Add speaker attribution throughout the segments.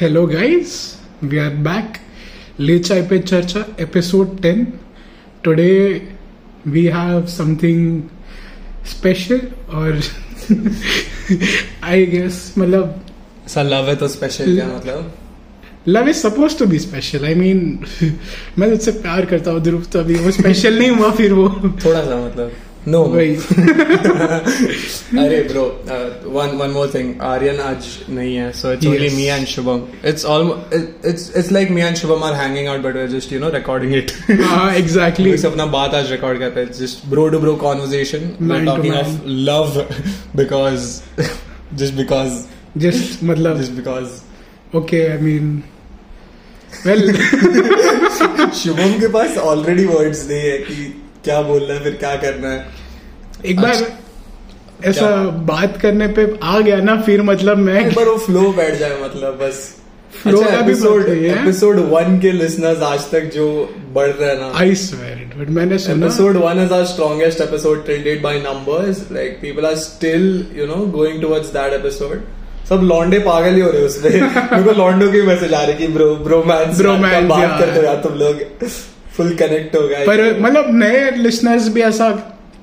Speaker 1: Hello guys, we are back. ले चाय पे चर्चा episode 10. Today we have something special और I guess मतलब
Speaker 2: सर लव है तो स्पेशल क्या मतलब
Speaker 1: love is supposed to be special I mean मैं तुझसे प्यार करता हूँ ध्रुव तो अभी वो स्पेशल नहीं हुआ फिर वो
Speaker 2: थोड़ा सा मतलब नो
Speaker 1: वही
Speaker 2: अरे uh, bro one one more thing Aryan आज नहीं है so it's only
Speaker 1: Yes.
Speaker 2: Me and Shubham it's all it's it's like me and Shubham are hanging out but we just you know recording it
Speaker 1: हाँ एग्जैक्टली
Speaker 2: प्लीज अपना बात आज record करते हैं just bro to bro conversation
Speaker 1: Man to
Speaker 2: talking
Speaker 1: man.
Speaker 2: Of love because just because
Speaker 1: just मतलब
Speaker 2: just because
Speaker 1: okay I mean well
Speaker 2: Shubham के पास already words नहीं है कि क्या बोलना है फिर क्या करना है
Speaker 1: एक बार
Speaker 2: अच्छा।
Speaker 1: ऐसा बात करने पे आ गया ना फिर मतलब मैं
Speaker 2: एक बार वो फ्लो बैठ जाए मतलब बस
Speaker 1: Flow
Speaker 2: अच्छा,
Speaker 1: का भी
Speaker 2: एपिसोड
Speaker 1: बात है, yeah?
Speaker 2: एपिसोड वन के लिसनर्स आज तक जो बढ़ रहे हैं ना
Speaker 1: आई स्वेयर इट बट मैंने सुना
Speaker 2: episode one is our strongest episode trended by numbers like people are still you know going towards that episode सब लौंडे पागल ही हो रहे हैं उसमें मेरे को लौंडों के मैसेज आ रहे कि ब्रो ब्रोमैंस
Speaker 1: Bromance,
Speaker 2: बात
Speaker 1: yeah.
Speaker 2: करते हो यार तुम लोग फुल कनेक्ट हो Uh, गए
Speaker 1: पर मतलब नए लिसनर्स भी ऐसा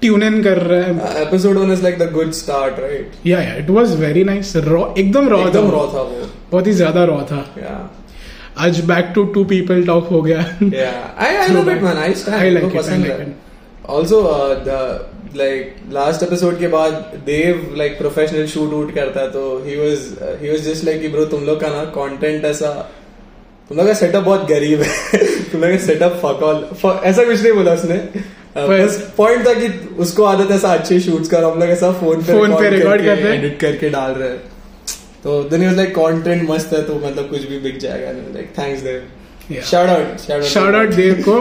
Speaker 1: ट्यून इन कर रहे हैं
Speaker 2: episode one is like the good start right
Speaker 1: yeah yeah it was very nice raw एकदम रॉ था
Speaker 2: एकदम रॉ था वो
Speaker 1: बहुत ही ज्यादा रॉ था
Speaker 2: या
Speaker 1: आज back to to people talk हो गया
Speaker 2: Yeah, I, I love
Speaker 1: Throwback.
Speaker 2: it, man. I
Speaker 1: I
Speaker 2: stand.
Speaker 1: like
Speaker 2: मेरे को
Speaker 1: it, I
Speaker 2: पसंद
Speaker 1: like
Speaker 2: है.
Speaker 1: it.
Speaker 2: Also, uh, the like last episode के बाद देव like professional shoot वूट करता है तो he was uh, he was just like कि bro तुम लोग का ना content ऐसा तुम लोग का setup बहुत गरीब है तुम लोग का setup fuck all fuck- ऐसा कुछ नहीं बोला उसने Uh,
Speaker 1: पर-
Speaker 2: बस पॉइंट था कि उसको आदत है ऐसा अच्छे शूट्स का और हम लोग ऐसा फोन पे
Speaker 1: Phone पे record करते हैं।
Speaker 2: एडिट करके डाल रहे हैं तो देन वाज लाइक कंटेंट मस्त है तो मतलब कुछ भी बिक जाएगा like thanks Dev
Speaker 1: Yeah.
Speaker 2: Shout out shout
Speaker 1: shout out Dev को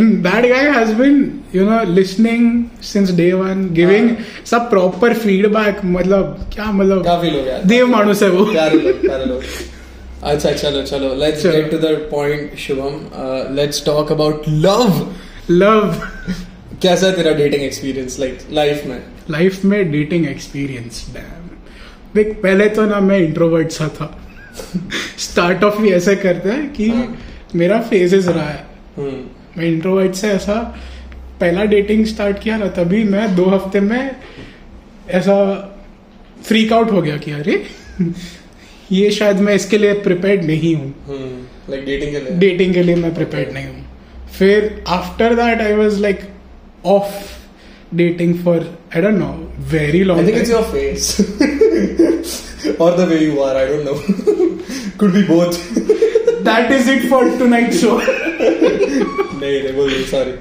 Speaker 1: in that guy has been you know listening since day one giving
Speaker 2: हाँ।
Speaker 1: सब प्रॉपर फीडबैक मतलब क्या मतलब
Speaker 2: काफी लोग यार
Speaker 1: देव मानुस है वो
Speaker 2: प्यारे लोग प्यारे लोग अच्छा चलो चलो लेट्स
Speaker 1: चलो।
Speaker 2: Get to the point Shubham let's talk about love
Speaker 1: love
Speaker 2: कैसा है तेरा डेटिंग एक्सपीरियंस लाइक लाइफ में
Speaker 1: लाइफ में डेटिंग एक्सपीरियंस डैम देख पहले तो ना मैं इंट्रोवर्ट सा था स्टार्ट ऑफ भी ऐसे करते हैं कि
Speaker 2: हाँ।
Speaker 1: मेरा फेजेस रहा है
Speaker 2: हम्म
Speaker 1: मैं इंट्रोवर्ट से ऐसा पहला डेटिंग स्टार्ट किया ना तभी मैं दो हफ्ते में ऐसा फ्रीक आउट हो गया कि अरे ये शायद मैं इसके लिए प्रिपेयर्ड नहीं हूँ
Speaker 2: हम्म लाइक डेटिंग hmm, के लिए
Speaker 1: डेटिंग के लिए मैं प्रिपेयर्ड नहीं हूँ फिर after that I was like of dating for I don't know very
Speaker 2: I
Speaker 1: long
Speaker 2: think it's your face और the way you are I don't no could be both
Speaker 1: that is it for tonight show
Speaker 2: नहीं नहीं बोल sorry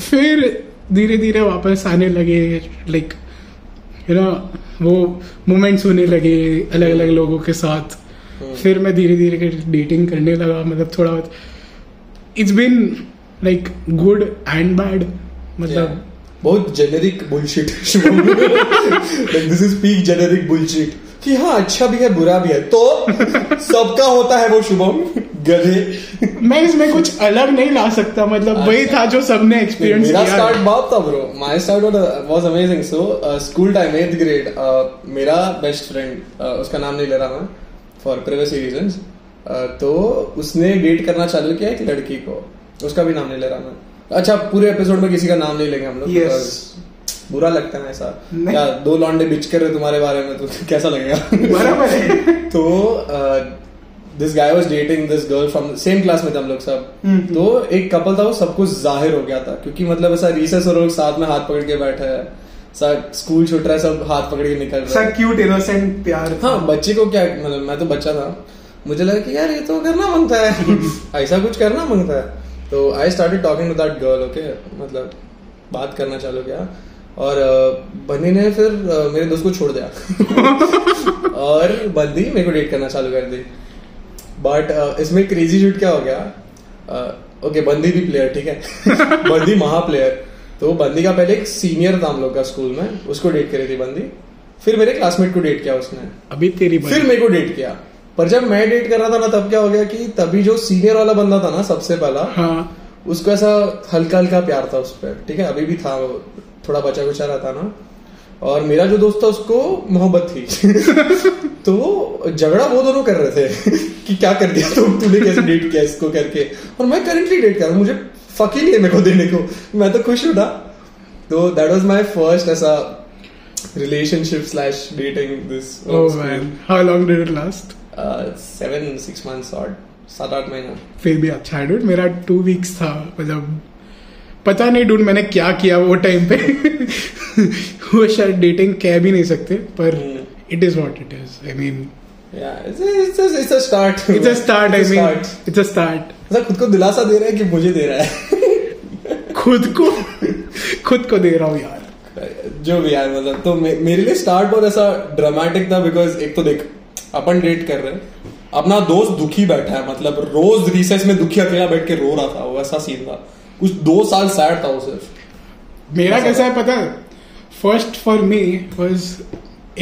Speaker 1: फिर धीरे धीरे वापस आने लगे लाइक यू नो वो मोमेंट्स होने लगे अलग अलग लोगों के साथ
Speaker 2: हम्म।
Speaker 1: फिर मैं धीरे धीरे डेटिंग करने लगा मतलब थोड़ा बहुत it's been like good and bad मतलब
Speaker 2: बहुत generic bullshit like this is peak generic bullshit कि हाँ अच्छा भी है बुरा भी है तो सबका होता है वो शुभम गधे
Speaker 1: मैं इसमें कुछ अलग नहीं ला सकता मतलब वही था जो सबने एक्सपीरियंस
Speaker 2: अच्छा। मेरा
Speaker 1: किया
Speaker 2: स्टार्ट बाप था bro my start was amazing so school time eighth grade uh, मेरा बेस्ट फ्रेंड उसका नाम नहीं ले रहा मैं फॉर प्राइवेसी रीजंस तो उसने डेट करना चालू किया एक लड़की को उसका भी नाम नहीं ले रहा मैं अच्छा पूरे एपिसोड में किसी का नाम नहीं लेंगे हम लोग
Speaker 1: Yes.
Speaker 2: because बुरा लगता है ना ऐसा
Speaker 1: नहीं।
Speaker 2: क्या दो लॉन्डे बिच कर रहे तुम्हारे बारे में तो कैसा लगेगा
Speaker 1: बराबर है
Speaker 2: तो this guy was dating this girl from same class में थे हम लोग सब
Speaker 1: हम्म।
Speaker 2: तो एक कपल था वो सब कुछ जाहिर हो गया था क्योंकि मतलब ऐसा रिसेस और लोग साथ में हाथ पकड़ के बैठे हैं सब स्कूल छूट रहा है सब हाथ पकड़ के निकल रहे हैं
Speaker 1: क्यूट इनोसेंट प्यार
Speaker 2: हाँ बच्चे को क्या मतलब मैं तो बच्चा था मुझे लगा कि यार ये तो करना मांगता है ऐसा कुछ करना मांगता है तो I started talking to that girl okay मतलब बात करना चालू किया और अ, बंदी ने फिर अ, मेरे दोस्त को छोड़ दिया और बंदी मेरे को डेट करना चालू कर दी बट इसमें क्रेजी शूट क्या हो गया ओके बंदी भी प्लेयर ठीक है बंदी महा प्लेयर तो बंदी का पहले एक सीनियर था हम लोग का स्कूल में उसको डेट करी थी बंदी फिर मेरे क्लासमेट को डेट किया उसने
Speaker 1: अभी तेरी बारी।
Speaker 2: फिर मेरे को डेट किया पर जब मैं डेट कर रहा था ना तब क्या हो गया कि तभी जो सीनियर वाला बंदा था ना सबसे पहला
Speaker 1: हाँ
Speaker 2: उसको ऐसा हल्का हल्का प्यार था उस पर ठीक है अभी भी था वो थोड़ा बचा कुचा रहता ना और मेरा जो दोस्त था उसको मोहब्बत थी तो झगड़ा वो दोनों कर रहे थे कि क्या कर दिया तुम तूने कैसे डेट किया इसको करके और मैं करेंटली डेट कर रहा हूँ मुझे फक ही नहीं है मेरे को देने को मैं तो खुश उठा तो दैट वाज माय फर्स्ट ऐसा relationship slash dating this
Speaker 1: Oh man, how long did it last?
Speaker 2: Uh, seven six months और सात आठ महीना
Speaker 1: फिर भी अच्छा है डूड मेरा टू वीक्स था मतलब पता नहीं डूड मैंने क्या किया वो टाइम पे वो शायद डेटिंग कह भी नहीं सकते पर
Speaker 2: Hmm.
Speaker 1: It is what it is I mean
Speaker 2: Yeah, it's a, it's a, it's a start.
Speaker 1: It's a start I
Speaker 2: It's a
Speaker 1: mean
Speaker 2: start.
Speaker 1: It's a start
Speaker 2: ऐसा खुद को दिलासा दे रहा है कि मुझे दे रहा है
Speaker 1: खुद को खुद को दे रहा हूँ यार
Speaker 2: जो भी यार मतलब तो मे, मेरे लिए स्टार्ट बहुत ऐसा ड्रामेटिक था बिकॉज एक तो देख अपन डेट कर रहे हैं अपना दोस्त दुखी बैठा है मतलब रोज रिसेस में दुखी अकेला बैठ के रो रहा था वो ऐसा सीन था कुछ दो साल सैड था वो सिर्फ
Speaker 1: मेरा
Speaker 2: मसाला।
Speaker 1: कैसा है पता फर्स्ट फॉर मी वाज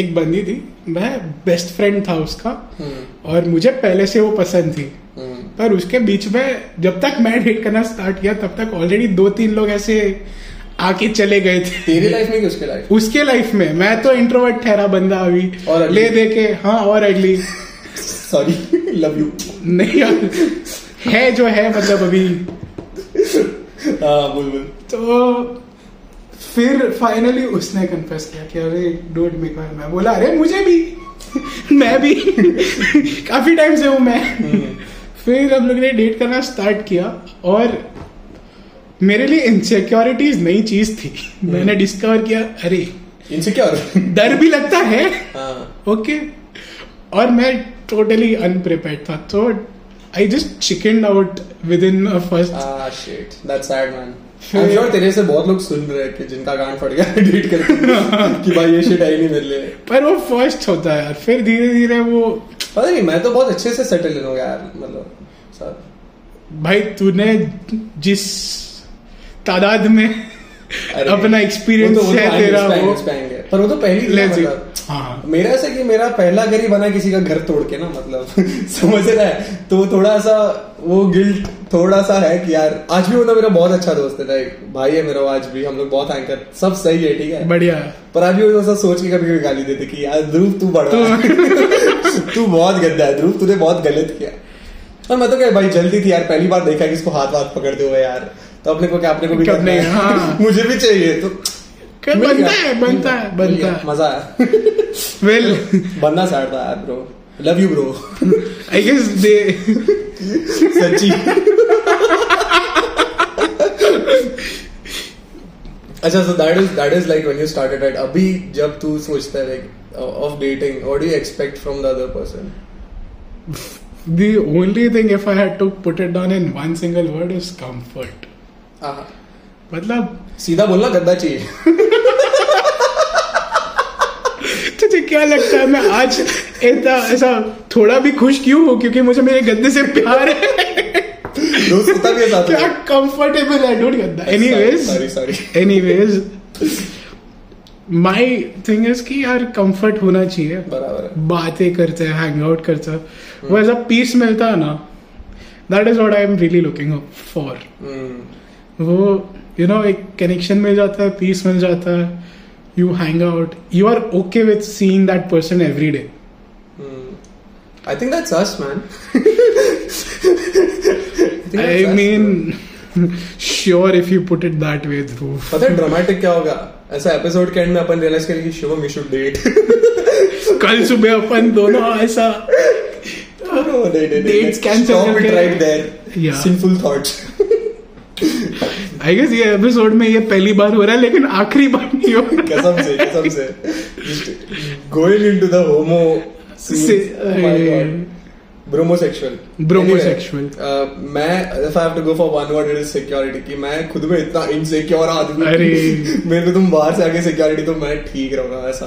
Speaker 1: एक बंदी थी मैं बेस्ट फ्रेंड था उसका
Speaker 2: Hmm.
Speaker 1: और मुझे पहले से वो पसंद थी
Speaker 2: हम्म,
Speaker 1: पर उसके बीच में जब तक मैं डेट करना स्टार्ट किया तब तक ऑलरेडी दो तीन लोग ऐसे आके चले गए थे
Speaker 2: तेरी लाइफ में कि उसके लाइफ
Speaker 1: उसके लाइफ में मैं तो इंट्रोवर्ट ठहरा बंदा अभी
Speaker 2: और अगली।
Speaker 1: ले दे के हाँ और अगली
Speaker 2: सॉरी लव यू
Speaker 1: नहीं और है जो है मतलब अभी
Speaker 2: हाँ, बोल बोल
Speaker 1: तो फिर फाइनली उसने कन्फेस किया कि अरे डोट मेक मैं बोला अरे मुझे भी मैं भी काफी टाइम से हूं मैं
Speaker 2: हम्म,
Speaker 1: फिर हम लोग ने डेट करना स्टार्ट किया और मेरे लिए इनसिक्योरिटीज नई चीज थी मैंने डिस्कवर किया अरे
Speaker 2: insecure
Speaker 1: डर भी लगता है
Speaker 2: हाँ
Speaker 1: ओके और मैं टोटली अनप्रिपेयर्ड था तो I just chicken out within first
Speaker 2: Ah, shit. That's sad, man.
Speaker 1: फिर-
Speaker 2: I'm sure तेरे से बहुत लोग सुन रहे हैं कि जिनका गांड फट गया डिलीट करके कि भाई ये shit आई नहीं मेरे लिए
Speaker 1: पर वो फर्स्ट होता है यार फिर धीरे धीरे वो
Speaker 2: पता नहीं मैं तो बहुत अच्छे से सेटल इन हो गया यार मतलब सर
Speaker 1: भाई तूने जिस तादाद में
Speaker 2: अरे, तो
Speaker 1: अपना एक्सपीरियंस है तेरा वो
Speaker 2: पर वो तो पहली थी ना,
Speaker 1: लेजी
Speaker 2: मतलब
Speaker 1: हाँ
Speaker 2: मेरा ऐसा कि मेरा पहला घर ही बना किसी का घर तोड़ के ना मतलब समझ रहा है तो वो थोड़ा सा वो गिल्ट थोड़ा सा है कि यार आज भी मतलब मेरा बहुत अच्छा दोस्त है like, भाई है मेरा वो आज भी हम लोग बहुत एंकर सब सही है ठीक है
Speaker 1: बढ़िया
Speaker 2: पर अभी वो ऐसा सोच के कभी कभी गाली देते कि यार ध्रुव तू बड़ा है तू बहुत गंदा है ध्रुव तूने बहुत गलत किया और मैं तो क्या भाई जल्दी थी यार पहली बार देखा कि इसको हाथ वाथ पकड़ते हुए यार तो अपने को क्या अपने को भी
Speaker 1: करना
Speaker 2: करना है
Speaker 1: है, हाँ।
Speaker 2: मुझे भी चाहिए तो
Speaker 1: कर
Speaker 2: मिल
Speaker 1: बनता
Speaker 2: गया,
Speaker 1: है
Speaker 2: मिल
Speaker 1: बनता
Speaker 2: गया,
Speaker 1: है बनता
Speaker 2: मिल गया,
Speaker 1: है
Speaker 2: मजा आया
Speaker 1: वेल
Speaker 2: बंदा सैड था यार bro love you bro
Speaker 1: I guess दे
Speaker 2: सच्ची अच्छा so that is that is like when you started right अभी जब तू सोचता है uh, like of dating what do you expect from the other person
Speaker 1: the only thing if I had to put it down in one single word is comfort मतलब
Speaker 2: सीधा बोलना गद्दा चाहिए
Speaker 1: तुझे क्या लगता है मैं आज इतना ऐसा थोड़ा भी खुश क्यों हूँ क्योंकि मुझे मेरे गद्दे से प्यार है
Speaker 2: दोस्त होता भी है साथ
Speaker 1: क्या
Speaker 2: में
Speaker 1: कंफर्टेबल है डोंट गद्दा anyways
Speaker 2: sorry sorry
Speaker 1: anyways my thing is कि यार कंफर्ट होना चाहिए
Speaker 2: बराबर है
Speaker 1: बातें करते हैं हैंग आउट करते हैं वो ऐसा पीस मिलता है ना that is what I am really looking for
Speaker 2: hmm,
Speaker 1: वो यू नो एक कनेक्शन मिल जाता है पीस मिल जाता है you hang out you are okay with seeing that person every day
Speaker 2: hmm. I think that's us, man.
Speaker 1: I mean sure if you put it that way through
Speaker 2: पता है dramatic क्या होगा ऐसा एपिसोड के end में अपन realise करेंगे कि शुभम यू शुड डेट
Speaker 1: कल सुबह अपन दोनों ऐसा Dates cancel
Speaker 2: इट
Speaker 1: करके-
Speaker 2: right there
Speaker 1: Yeah.
Speaker 2: Simple thoughts
Speaker 1: I guess ये एपिसोड में ये पहली बार हो रहा है लेकिन आखिरी बार नहीं हो रहा
Speaker 2: कसम से कसम से गोइंग इनटू द होमो
Speaker 1: से-
Speaker 2: Oh ब्रोमोसेक्सुअल
Speaker 1: Bromosexual.
Speaker 2: uh, मैं if I have to go for one word it is security कि मैं खुद में इतना इनसिक्योर आदमी
Speaker 1: अरे।
Speaker 2: मेरे को तुम बाहर से आके सिक्योरिटी तो मैं ठीक रहूंगा ऐसा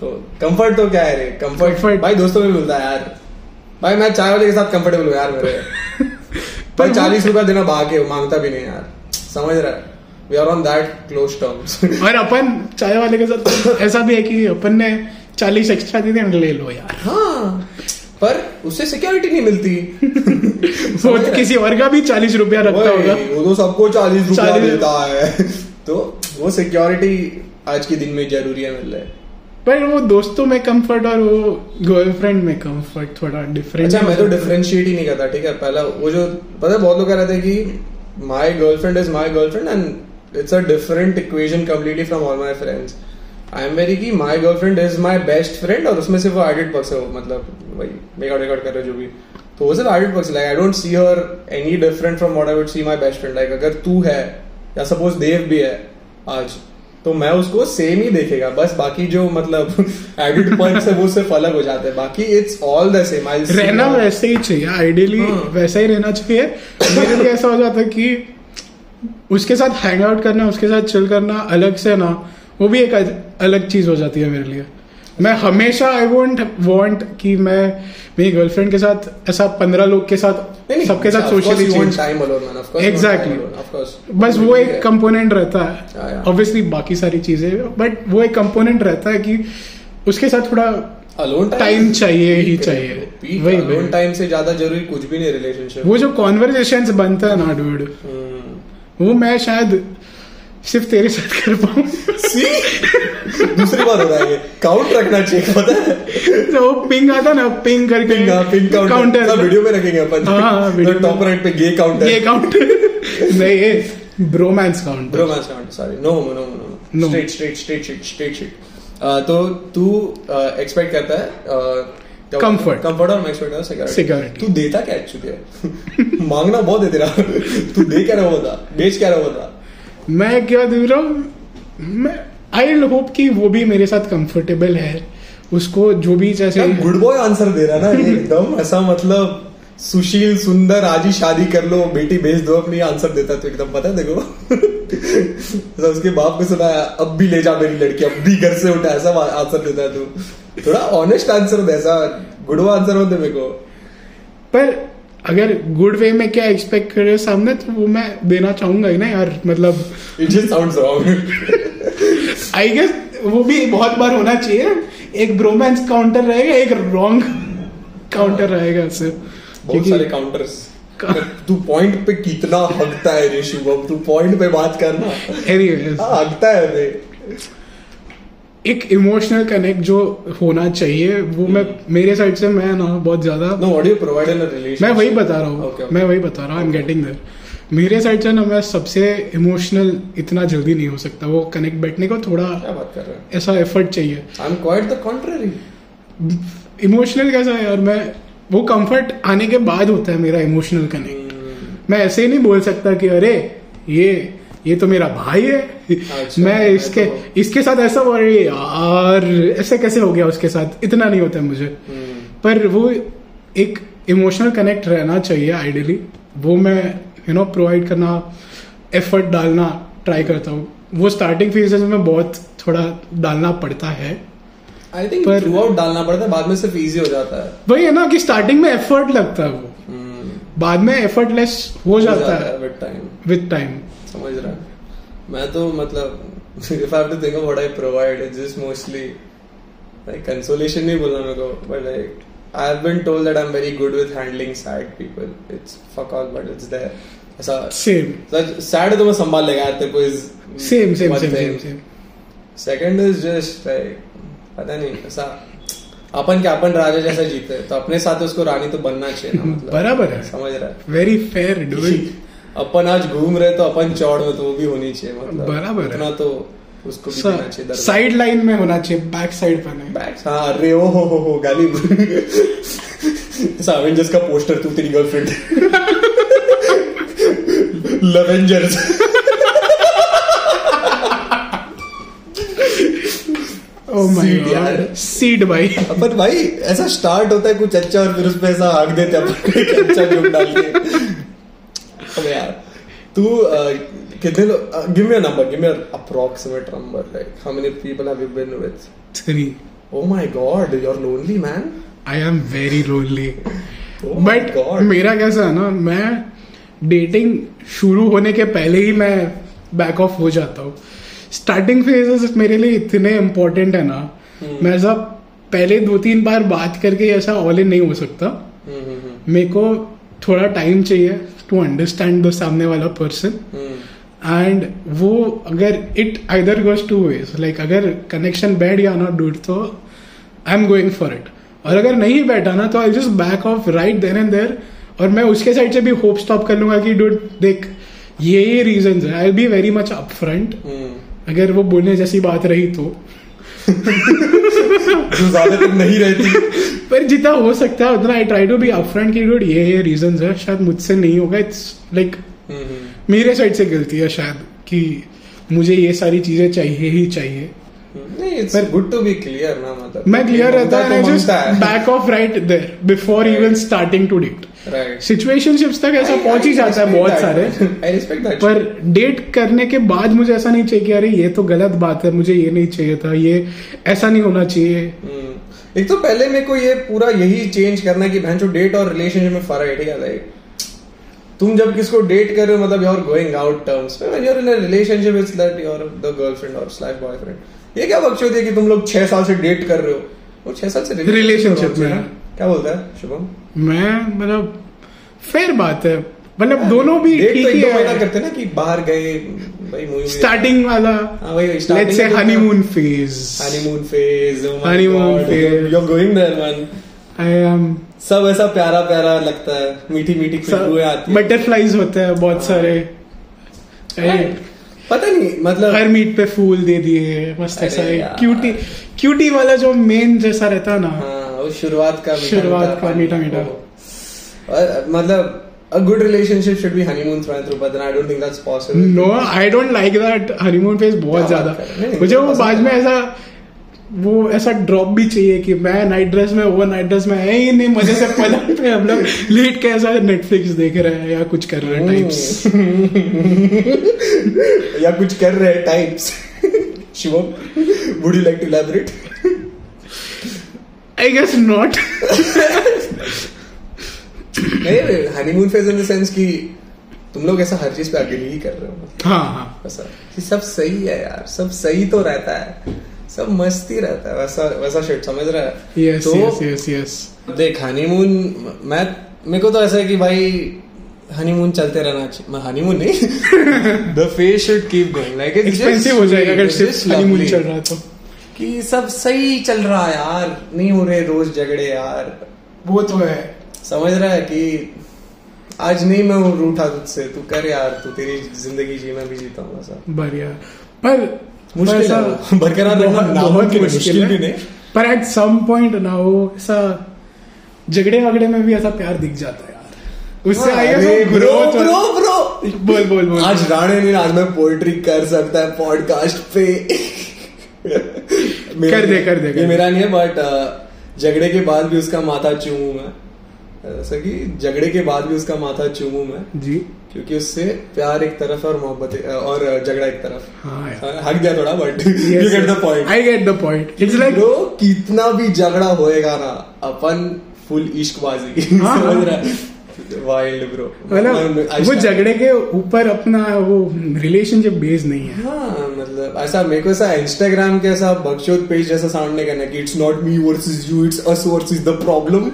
Speaker 2: तो कंफर्ट तो क्या है रे कंफर्ट
Speaker 1: Comfort.
Speaker 2: भाई दोस्तों में मिलता है यार भाई मैं चाय वाले के साथ कंफर्टेबल हूँ यार मेरे
Speaker 1: पर
Speaker 2: पर
Speaker 1: वो-
Speaker 2: चालीस रुपया देना बाकी है, मांगता भी नहीं यार समझ रहा है we are on that close terms
Speaker 1: और अपन चाय वाले के साथ ऐसा भी है कि अपन ने चालीस एक्स्ट्रा दे दिए ले लो यार
Speaker 2: हाँ पर उससे सिक्योरिटी नहीं मिलती
Speaker 1: वो तो
Speaker 2: समझ रहे?
Speaker 1: किसी और का भी चालीस रुपया रखता
Speaker 2: वही,
Speaker 1: होगा
Speaker 2: वो तो सबको चालीस रुपया
Speaker 1: 40
Speaker 2: देता है तो वो सिक्योरिटी आज के दिन में जरूरी है मिल रहा है
Speaker 1: पर वो दोस्तों में कंफर्ट और वो गर्लफ्रेंड में कंफर्ट थोड़ा डिफरेंट
Speaker 2: अच्छा मैं तो डिफरेंशिएट ही नहीं करता ठीक है पहला वो जो पता है बहुत लोग कह रहे थे कि my girlfriend is my girlfriend and it's a different equation completely from all my friends I am very की my girlfriend is my best friend और उसमें सिर्फ एडेड पर्स है वो, मतलब वही मेकआउट वेकआउट कर रहे हो जो भी तो वो सिर्फ added perks like I don't see her any different from what I would see my best friend like अगर तू है या सपोज देव भी है आज तो मैं उसको सेम ही देखेगा बस बाकी जो मतलब एडेड पॉइंट्स है वो सिर्फ अलग हो जाते हैं बाकी it's all the same I
Speaker 1: रहना वैसे ही चाहिए आइडियली
Speaker 2: हाँ।
Speaker 1: वैसा ही रहना चाहिए मेरे लिए ऐसा हो जाता है कि उसके साथ हैंग आउट करना उसके साथ चिल करना अलग से ना वो भी एक अज- अलग चीज हो जाती है मेरे लिए मैं हमेशा आई वोंट वांट कि मैं मेरी गर्लफ्रेंड के साथ ऐसा पंद्रह लोग के साथ सबके
Speaker 2: अच्छा,
Speaker 1: साथ socially change
Speaker 2: time alone man of course
Speaker 1: Exactly.
Speaker 2: Of course
Speaker 1: बस वो एक कंपोनेंट रहता
Speaker 2: हाँ,
Speaker 1: है
Speaker 2: यार।
Speaker 1: ऑब्वियसली बाकी सारी चीजें बट वो एक कंपोनेंट रहता है कि उसके साथ थोड़ा
Speaker 2: अलोन
Speaker 1: time चाहिए ही चाहिए। वही,
Speaker 2: वही
Speaker 1: वही।
Speaker 2: अलोन टाइम से ज्यादा जरूरी कुछ भी नहीं रिलेशनशिप
Speaker 1: वो जो कॉन्वर्जेशन बनता है ना डूड
Speaker 2: हम्म।
Speaker 1: वो मैं शायद सिर्फ तेरे साथ कर पाऊँ
Speaker 2: सी दूसरी बात हो रहा है ये काउंट रखना चाहिए पता है
Speaker 1: तो वो पिंग आता ना पिंग करके
Speaker 2: पिंग पिंग काउंटर हाँ, सब वीडियो में रखेंगे अपन
Speaker 1: हाँ, हाँ, video में।
Speaker 2: टॉप राइट पे गे
Speaker 1: ये
Speaker 2: काउंटर
Speaker 1: काउंट नहीं ये ब्रोमांस काउंट
Speaker 2: ब्रो मैं sorry no no no
Speaker 1: No.
Speaker 2: No straight straight straight shit straight shit तो तू एक्सपेक्ट करता है
Speaker 1: Comfort.
Speaker 2: कंफर्ट और मैं एक्सपेक्ट करता हूँ सिक्योरिटी
Speaker 1: Security.
Speaker 2: तू देता क्या एक्चुअली है मांगना बहुत है तेरा तू दे क्या रहा होता बेच क्या रहा होता
Speaker 1: मैं क्या दे रहा हूँ मैं आई होप कि वो भी मेरे साथ कंफर्टेबल है उसको जो भी जैसे
Speaker 2: गुड बॉय आंसर दे रहा ना ये एकदम ऐसा मतलब सुशील सुंदर आज ही शादी कर लो बेटी भेज दो अपनी आंसर देता तो एकदम पता है देखो ऐसा उसके बाप को सुनाया अब भी ले जा मेरी लड़की अब भी घर से उठा ऐसा आंसर देता है तू थोड़ा ऑनेस्ट आंसर दे ऐसा गुडवा आंसर होते मेरे को
Speaker 1: पर अगर गुड वे में क्या एक्सपेक्ट कर रहे हो सामने तो वो मैं देना चाहूंगा ही ना यार मतलब
Speaker 2: it just sounds wrong
Speaker 1: I guess वो भी बहुत बार होना चाहिए एक ब्रोमांस काउंटर रहेगा एक रॉन्ग काउंटर रहेगा सिर्फ
Speaker 2: बहुत सारे काउंटर्स तू पॉइंट पे कितना हकता है रे शुभम तू पॉइंट पे बात करना
Speaker 1: एनीवेज
Speaker 2: हाँ हकता है रे
Speaker 1: एक इमोशनल कनेक्ट जो होना चाहिए वो मैं मेरे साइड से मैं ना बहुत ज्यादा
Speaker 2: no what you provide in a relation
Speaker 1: मैं वही बता रहा
Speaker 2: Okay,
Speaker 1: हूँ
Speaker 2: okay.
Speaker 1: मैं वही बता रहा हूँ आई एम गेटिंग देयर मेरे साइड से ना मैं सबसे इमोशनल इतना जल्दी नहीं हो सकता वो कनेक्ट बैठने को थोड़ा
Speaker 2: क्या बात कर रहे हैं
Speaker 1: ऐसा एफर्ट चाहिए
Speaker 2: I am quite the contrary
Speaker 1: emotional कैसा है यार मैं वो कंफर्ट आने के बाद होता है मेरा इमोशनल कनेक्ट
Speaker 2: Mm,
Speaker 1: मैं ऐसे ही नहीं बोल सकता कि अरे ये ये तो मेरा भाई है
Speaker 2: अच्छा,
Speaker 1: मैं
Speaker 2: मैं
Speaker 1: इसके
Speaker 2: तो-
Speaker 1: इसके साथ ऐसा बोल रही यार ऐसे कैसे हो गया उसके साथ इतना नहीं होता है मुझे
Speaker 2: mm.
Speaker 1: पर वो एक इमोशनल कनेक्ट रहना चाहिए आइडियली वो मैं यू नो प्रोवाइड करना एफर्ट डालना ट्राई करता हूँ वो स्टार्टिंग फेजेस में बहुत थोड़ा डालना पड़ता है
Speaker 2: आई थिंक
Speaker 1: पर-
Speaker 2: थ्रू आउट डालना पड़ता है बाद में सिर्फ इजी हो जाता है Mm,
Speaker 1: वही है ना कि स्टार्टिंग में एफर्ट लगता है वो बाद में एफर्टलेस हो जाता है
Speaker 2: विद टाइम
Speaker 1: विद टाइम
Speaker 2: समझ रहा है मैं तो मतलब if I have to think of what I provide it's just mostly like consolation नहीं बोलना मेरे को but like I have been told that I am very good with handling sad people it's fuck all but it's there ऐसा
Speaker 1: same
Speaker 2: sad है तो मैं संभाल लेगा यार तेरे को is
Speaker 1: same same same same same
Speaker 2: second is just like पता नहीं ऐसा अपन के अपन राजा जैसा जीते तो अपने साथ उसको रानी तो बनना चाहिए ना मतलब
Speaker 1: बराबर है।
Speaker 2: समझ रहा है
Speaker 1: वेरी फेयर डूड
Speaker 2: अपन आज घूम रहे तो अपन चौड़ में तो वो भी होनी चाहिए मतलब
Speaker 1: बराबर है।
Speaker 2: उतना तो उसको भी देना चाहिए दर्जा।
Speaker 1: साइड लाइन में होना चाहिए बैक साइड पर नहीं
Speaker 2: Back- हाँ अरे ओ हो हो हो गाली ऐसा Avengers का पोस्टर तू तेरी गर्लफ्रेंड लवेंजर्स
Speaker 1: ओ माय
Speaker 2: Seed यार।
Speaker 1: गॉड सीड भाई
Speaker 2: पर भाई ऐसा स्टार्ट होता है कुछ अच्छा और फिर उसमें ऐसा आग देते हैं अपन एक अच्छा जोक डाल के अबे यार तू अ, कितने लोग give me a number give me a approximate number like how many people have you been with
Speaker 1: three
Speaker 2: oh my God you are lonely man
Speaker 1: I am very lonely
Speaker 2: Oh my
Speaker 1: but
Speaker 2: God.
Speaker 1: मेरा कैसा है ना मैं dating शुरू होने के पहले ही मैं बैक ऑफ हो जाता हूँ स्टार्टिंग फेजेस मेरे लिए इतने इम्पोर्टेंट है ना
Speaker 2: Hmm.
Speaker 1: मैं ऐसा पहले दो तीन बार बात करके ऐसा ऑल इन नहीं हो सकता
Speaker 2: Hmm, hmm,
Speaker 1: मेरे को थोड़ा टाइम चाहिए टू अंडरस्टैंड द सामने वाला पर्सन एंड वो अगर it either goes two ways like अगर कनेक्शन बैठ गया ना डूड तो I am going for it और अगर नहीं बैठा ना तो I just back off right then and there और मैं उसके साइड से भी होप स्टॉप कर लूंगा कि डूड देख ये ये रीजन है I be very much up front
Speaker 2: hmm.
Speaker 1: अगर वो बोलने जैसी बात रही तो
Speaker 2: जो ज्यादातर नहीं रहती
Speaker 1: पर जितना हो सकता है उतना I try to be upfront की डूड ये ये रीजंस है शायद मुझसे नहीं होगा इट्स लाइक like,
Speaker 2: Hmm,
Speaker 1: मेरे साइड से गलती है शायद कि मुझे ये सारी चीजें चाहिए ही चाहिए
Speaker 2: hmm. नहीं it's good to be clear ना मतलब
Speaker 1: मैं क्लियर रहता है
Speaker 2: तो
Speaker 1: जस्ट
Speaker 2: मांगता है
Speaker 1: back off right there before
Speaker 2: Right.
Speaker 1: Even starting to date
Speaker 2: right
Speaker 1: situationships तक ऐसा पहुंच ही जाता है बहुत सारे
Speaker 2: आई रिस्पेक्ट दैट
Speaker 1: पर डेट करने के बाद मुझे ऐसा नहीं चाहिए कि अरे ये तो गलत बात है मुझे ये नहीं चाहिए था ये ऐसा नहीं होना चाहिए
Speaker 2: हम्म। एक तो पहले मेरे को ये पूरा यही चेंज करना है कि बहन डेट और रिलेशनशिप में फर्क है ठीक है लाइक तुम जब किसको डेट कर रहे हो मतलब you are going out terms when you are in a relationship it's that you are the girlfriend और स्लैश बॉयफ्रेंड ये क्या बकचोदी होती है कि तुम लोग छह साल से डेट कर रहे हो वो छह साल से
Speaker 1: Relationship में।
Speaker 2: है ना? हाँ। क्या बोलता है शुभम
Speaker 1: मैं मतलब फेयर बात है मतलब दोनों भी
Speaker 2: डेट
Speaker 1: ठीक
Speaker 2: तो
Speaker 1: ही
Speaker 2: एक दो महीना
Speaker 1: है
Speaker 2: करते हैं ना कि बाहर गए भाई मूवी
Speaker 1: स्टार्टिंग वाला
Speaker 2: हाँ भाई
Speaker 1: लेट्स से honeymoon phase
Speaker 2: honeymoon phase
Speaker 1: Honeymoon phase.
Speaker 2: You are going there man
Speaker 1: I am
Speaker 2: सब ऐसा प्यारा प्यारा लगता है मीठी मीठी खुशबुएं आती है हाँ।
Speaker 1: बटरफ्लाईज होते हैं बहुत सारे अरे,
Speaker 2: पता नहीं मतलब
Speaker 1: हर मीट पे फूल दे दिए मस्त
Speaker 2: अरे
Speaker 1: ऐसा
Speaker 2: यार।
Speaker 1: क्यूटी क्यूटी वाला जो मेन जैसा रहता है ना
Speaker 2: हाँ, वो शुरुआत का मीठा
Speaker 1: शुरुआत का मीठा मीठा।
Speaker 2: ओहो। और मतलब a good relationship should be honeymoon through and through but then I don't think that's possible
Speaker 1: no I don't like that honeymoon phase बहुत
Speaker 2: बात
Speaker 1: ज्यादा
Speaker 2: कर रहे हैं? नहीं, नहीं,
Speaker 1: मुझे वो
Speaker 2: पसंद
Speaker 1: बाद
Speaker 2: है।
Speaker 1: में ऐसा वो ऐसा ड्रॉप भी चाहिए कि मैं नाइट ड्रेस में वो नाइट ड्रेस में है ही नहीं मजे से पलंग पे हम लोग लेट के ऐसा नेटफ्लिक्स देख रहे हैं या कुछ कर रहे हैं टाइप्स
Speaker 2: या कुछ कर रहे हैं types Shivam would you like to elaborate
Speaker 1: I guess not
Speaker 2: नहीं honeymoon phase in the sense कि तुम लोग ऐसा हर चीज पे अग्री ही कर रहे हो
Speaker 1: हाँ हाँ
Speaker 2: वैसा कि सब सही है यार सब सही तो रहता है सब मस्ती रहता है वैसा वैसा shit समझ रहा है
Speaker 1: यस
Speaker 2: तो
Speaker 1: यस यस यस
Speaker 2: देख हनीमून मैं मेरे को तो ऐसा है कि भाई हनीमून चलते रहना चाहिए हनीमून नहीं the phase should keep going like
Speaker 1: expensive हो जाएगा अगर सिर्फ हनीमून चल रहा है तो
Speaker 2: कि सब सही चल रहा है यार नहीं हो रहे रोज झगड़े यार
Speaker 1: वो तो है
Speaker 2: समझ रहा है कि आज नहीं मैं रूठा तुझसे तू कर यार तू तेरी जिंदगी जी मैं भी जीता हूँ ऐसा
Speaker 1: बढ़िया पर
Speaker 2: मुश्किल
Speaker 1: पर ऐसा-
Speaker 2: है वो। बरकरार रखना
Speaker 1: बहुत-
Speaker 2: नामुमकिन
Speaker 1: बहुत
Speaker 2: है,
Speaker 1: मुश्किल
Speaker 2: मुश्किल भी
Speaker 1: है।
Speaker 2: नहीं।
Speaker 1: पर एट सम पॉइंट ना वो ऐसा झगड़े वगड़े में भी ऐसा प्यार दिख जाता है यार उससे
Speaker 2: हाँ,
Speaker 1: आएगा
Speaker 2: ब्रो
Speaker 1: ग्रोथ
Speaker 2: ब्रो ब्रो
Speaker 1: बोल बोल बोल
Speaker 2: आज राणे ने आज मैं पोएट्री कर सकता है पॉडकास्ट पे मेरा-
Speaker 1: कर दे, कर दे, कर
Speaker 2: ये
Speaker 1: दे।
Speaker 2: मेरा नहीं है बट झगड़े के बाद भी उसका माथा चूमू मैं ऐसा कि झगड़े के बाद भी उसका माथा चूमू मैं
Speaker 1: जी
Speaker 2: क्योंकि उससे प्यार एक तरफ है और मोहब्बत एक- और झगड़ा एक तरफ
Speaker 1: हाँ यार
Speaker 2: हक दिया थोड़ा but you get the point
Speaker 1: I get the point it's like
Speaker 2: bro कितना भी झगड़ा होएगा ना अपन फुल इश्कबाजी
Speaker 1: हाँ,
Speaker 2: समझ
Speaker 1: हाँ।
Speaker 2: रहा है वाइल्ड ब्रो
Speaker 1: मतलब वो झगड़े के ऊपर अपना वो रिलेशनशिप बेस नहीं है
Speaker 2: हाँ मतलब ऐसा मेरे को ऐसा इंस्टाग्राम के ऐसा बकचोद पेज जैसा साउंड नहीं करना कि it's not me versus you it's us versus the problem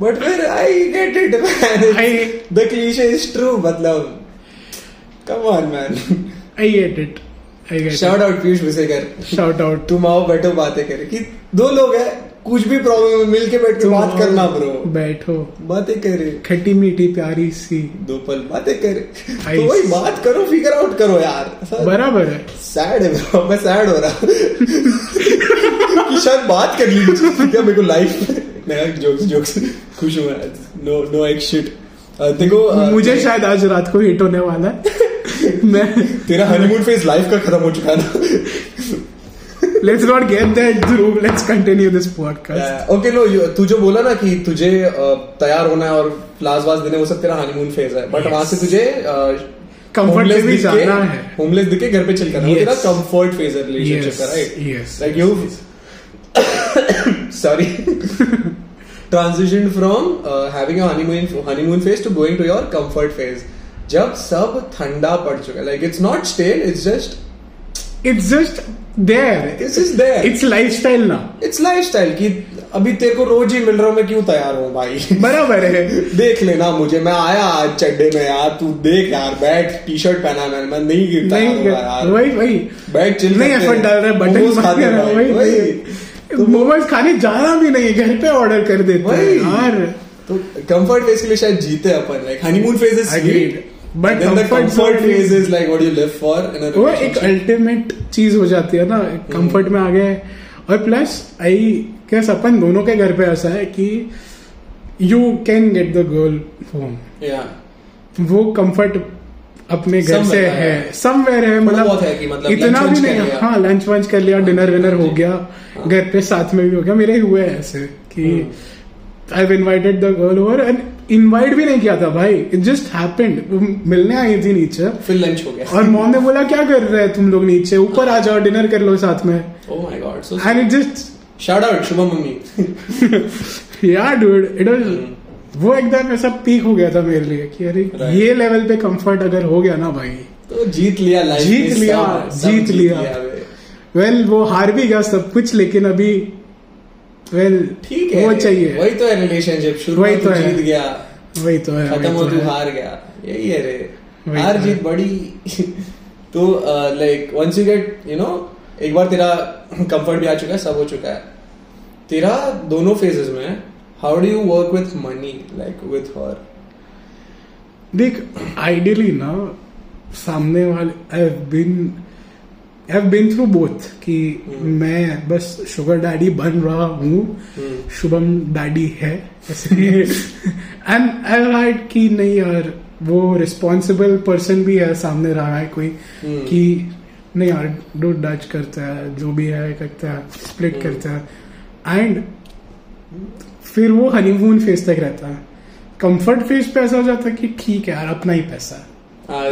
Speaker 2: but फिर I get it man
Speaker 1: I-
Speaker 2: the cliche is true मतलब come on man
Speaker 1: I get it I get
Speaker 2: shout out Piyush Bisekar
Speaker 1: shout out
Speaker 2: तुम आओ बैठो बातें करें कि दो लोग हैं कुछ भी प्रॉब्लम है मिलके बैठ के बात करना ब्रो
Speaker 1: बैठो
Speaker 2: बातें करें
Speaker 1: खट्टी मीठी प्यारी सी
Speaker 2: दो पल बातें करें तो
Speaker 1: Nice.
Speaker 2: वही बात करो फिगर आउट करो यार ऐसा-
Speaker 1: बराबर है
Speaker 2: सैड है bro, मैं सैड हो रहा कि शायद बात कर लीजिए क्या मेरे को लाइफ नया जोक्स जोक्स खुश हूँ मैं नो नो एक शिट देखो uh,
Speaker 1: मुझे शायद आज रात को हिट होने वाला है मैं
Speaker 2: तेरा हनीमून फेज लाइफ का खत्म हो चुका है ना
Speaker 1: let's not get that through let's continue this podcast
Speaker 2: okay no तू जो बोला ना कि तुझे uh, तैयार होना है और फ्लास वास देने वो सब तेरा हनीमून फेज है बट
Speaker 1: Yes.
Speaker 2: वहां से तुझे uh,
Speaker 1: Comfort से भी जाना है।
Speaker 2: होमलेस दिख के घर पे चिल करना है। वो
Speaker 1: Yes.
Speaker 2: तेरा कंफर्ट फेज है रिलेशनशिप का right Like you, sorry, transitioned from uh, having a honeymoon honeymoon phase to going to your comfort phase. जब सब ठंडा पड़ चुका है like it's not stale it's just
Speaker 1: it's just there
Speaker 2: it's is there
Speaker 1: it's lifestyle ना
Speaker 2: it's lifestyle कि अभी तेरे को रोज ही मिल रहा हूँ मैं क्यों तैयार हूँ भाई
Speaker 1: बराबर है
Speaker 2: देख लेना मुझे मैं आया आज चड्डे में यार तू देख यार बैठ टी शर्ट पहना है मैंने मैं नहीं गिरता
Speaker 1: नहीं
Speaker 2: यार, यार
Speaker 1: वही वही
Speaker 2: बैठ चिल
Speaker 1: नहीं एफर्ट डाल रहा है बटन मार रहा है वही वही मोमोज खाने जाना भी नहीं घर पे ऑर्डर कर देते हैं
Speaker 2: वही।
Speaker 1: यार
Speaker 2: तो कंफर्ट फेज के लिए शायद जीते अपन like honeymoon phase is
Speaker 1: Agreed.
Speaker 2: Sweet
Speaker 1: But
Speaker 2: but the
Speaker 1: comfort
Speaker 2: comfort
Speaker 1: zone is-
Speaker 2: phase is like what you live for in
Speaker 1: वो एक अल्टीमेट चीज हो जाती है ना
Speaker 2: हम्म।
Speaker 1: कंफर्ट में आ गए और प्लस आई कैस अपन दोनों के घर पे ऐसा है कि you can get the girl home
Speaker 2: या
Speaker 1: वो कंफर्ट अपने घर
Speaker 2: Somewhere
Speaker 1: से
Speaker 2: है।
Speaker 1: है समवेयर है
Speaker 2: थोड़ा
Speaker 1: मतलब
Speaker 2: बहुत है कि मतलब
Speaker 1: इतना
Speaker 2: lunch
Speaker 1: भी
Speaker 2: वंच कर
Speaker 1: नहीं
Speaker 2: लिया। हाँ,
Speaker 1: हाँ लंच वंच कर लिया डिनर विनर हो
Speaker 2: जी। हाँ।
Speaker 1: गया घर पे साथ में भी हो गया मेरे हुए हैं ऐसे कि
Speaker 2: हम्म।
Speaker 1: I have invited the girl over and invite भी नहीं किया था भाई इट जस्ट हैपेंड मिलने आई थी नीचे
Speaker 2: फिर लंच हो गया
Speaker 1: और मॉम ने बोला क्या कर रहे हैं तुम लोग नीचे ऊपर आ जाओ डिनर कर लो साथ में
Speaker 2: oh my God so
Speaker 1: and it just
Speaker 2: shout out Shubham mummy
Speaker 1: यार डूड इट वो एकदम ऐसा पीक हो गया था मेरे लिए कि अरे
Speaker 2: Right.
Speaker 1: ये लेवल पे कंफर्ट अगर हो गया ना भाई
Speaker 2: तो जीत लिया लाइफ
Speaker 1: जीत
Speaker 2: में सब-
Speaker 1: लिया,
Speaker 2: सब
Speaker 1: जीत लिया।
Speaker 2: बे।
Speaker 1: वेल वो हार भी गया सब कुछ लेकिन अभी वेल
Speaker 2: ठीक है
Speaker 1: वो चाहिए
Speaker 2: वही तो है रिलेशनशिप शुरू
Speaker 1: वही
Speaker 2: में तू
Speaker 1: तो है।
Speaker 2: जीत गया
Speaker 1: वही तो है
Speaker 2: खत्म
Speaker 1: वही
Speaker 2: हो
Speaker 1: तो
Speaker 2: तू
Speaker 1: है।
Speaker 2: हार गया यही है रे
Speaker 1: वही
Speaker 2: हार
Speaker 1: तो
Speaker 2: जीत बड़ी तो like once you get you know एक बार तेरा कंफर्ट भी आ चुका है सब हो चुका है तेरा दोनों फेजेस में how do you work with money like with her
Speaker 1: देख आइडियली ना सामने वाले I have been I have been through both कि मैं बस शुगर डैडी बन रहा हूँ शुभम डैडी है एंड आई राइट कि नहीं यार वो रिस्पॉन्सिबल पर्सन भी है सामने रहा है कोई
Speaker 2: Hmm.
Speaker 1: कि नहीं यार डू डच करता है जो भी है करता है स्प्लिट करता है एंड फिर वो हनीमून फेज तक रहता है कंफर्ट फेज पे ऐसा हो जाता है कि ठीक है यार अपना ही पैसा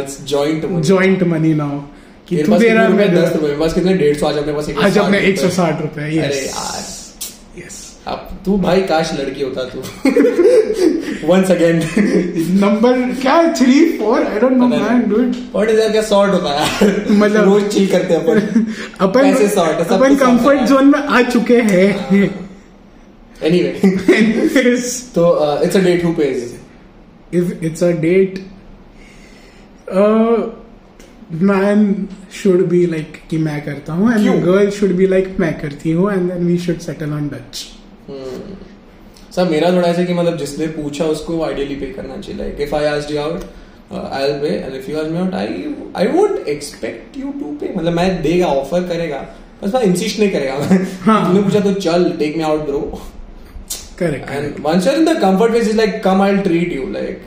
Speaker 2: इट्स जॉइंट
Speaker 1: जॉइंट मनी ना हो कि तू दे रहा है, मैं दे
Speaker 2: दस
Speaker 1: रहा
Speaker 2: रुपए मेरे पास कितने डेढ़ सौ आज अपने पास
Speaker 1: हूं। आज अपने
Speaker 2: 160
Speaker 1: एक सौ साठ रुपए
Speaker 2: अरे
Speaker 1: यस
Speaker 2: यार
Speaker 1: यस
Speaker 2: अब तू भाई काश लड़की होता तू वंस अगेन
Speaker 1: नंबर क्या three four I don't know man dude
Speaker 2: what is का सॉर्ट होता है यार
Speaker 1: मतलब-
Speaker 2: रोज चिल करते हैं अपन
Speaker 1: अपन
Speaker 2: पैसे sort है, सब
Speaker 1: अपन
Speaker 2: कुछ sort
Speaker 1: कंफर्ट
Speaker 2: है।
Speaker 1: जोन में आ चुके हैं
Speaker 2: एनीवे
Speaker 1: Anyways,
Speaker 2: तो it's a date who pays
Speaker 1: if it's a date uh man should be like कि मैं करता हूँ and
Speaker 2: क्यों?
Speaker 1: the girl should be like मैं करती हूँ and then we should settle on Dutch
Speaker 2: sir मेरा थोड़ा ऐसा कि मतलब जिसने पूछा उसको आइडियली पे करना चाहिए like if I asked you out I will pay and if you ask me out I I would expect you to pay मतलब मैं देगा ऑफर करेगा बस मैं इंसिस्ट नहीं करेगा
Speaker 1: हाँ।
Speaker 2: तूने पूछा तो चल take me out bro
Speaker 1: correct
Speaker 2: And once you're in the comfort phase, it's like, come, I'll treat you. Like,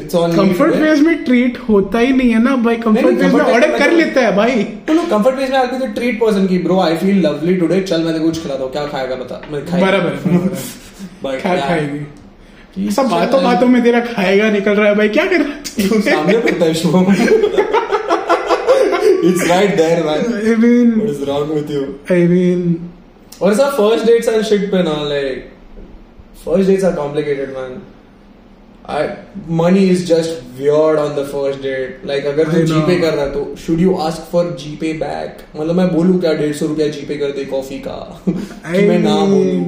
Speaker 2: it's on.
Speaker 1: Comfort
Speaker 2: you,
Speaker 1: phase में ट्रीट होता ही नहीं है ना भाई कंफर्ट
Speaker 2: नहीं,
Speaker 1: फेज में
Speaker 2: comfort phase
Speaker 1: ऑर्डर
Speaker 2: में
Speaker 1: कर
Speaker 2: तो-
Speaker 1: लेता है भाई
Speaker 2: No, no, comfort phase में I'll be the treat person की bro, I feel lovely today. चल मैं तेरे को कुछ खिलाता हूँ क्या खाएगा बता मैं खाएगा
Speaker 1: बराबर है, बराबर है।
Speaker 2: But
Speaker 1: क्या
Speaker 2: yeah,
Speaker 1: खाएगी
Speaker 2: कि
Speaker 1: सब
Speaker 2: चल,
Speaker 1: बातों बातों में तेरा खाएगा निकल रहा है भाई क्या कर रहा है
Speaker 2: सामने पड़ता है Shubham It's right there man.
Speaker 1: I mean
Speaker 2: What is wrong with you?
Speaker 1: I mean
Speaker 2: और sir first dates and shit पे ना like first dates are complicated man I money is just weird on the first date like अगर
Speaker 1: I
Speaker 2: तू
Speaker 1: know.
Speaker 2: GPay कर रहा है तो should you ask for GPay back मतलब मैं बोलूं क्या डेढ़ सौ रुपया जीपे कर दे कॉफी का कि मैं ना बोलूं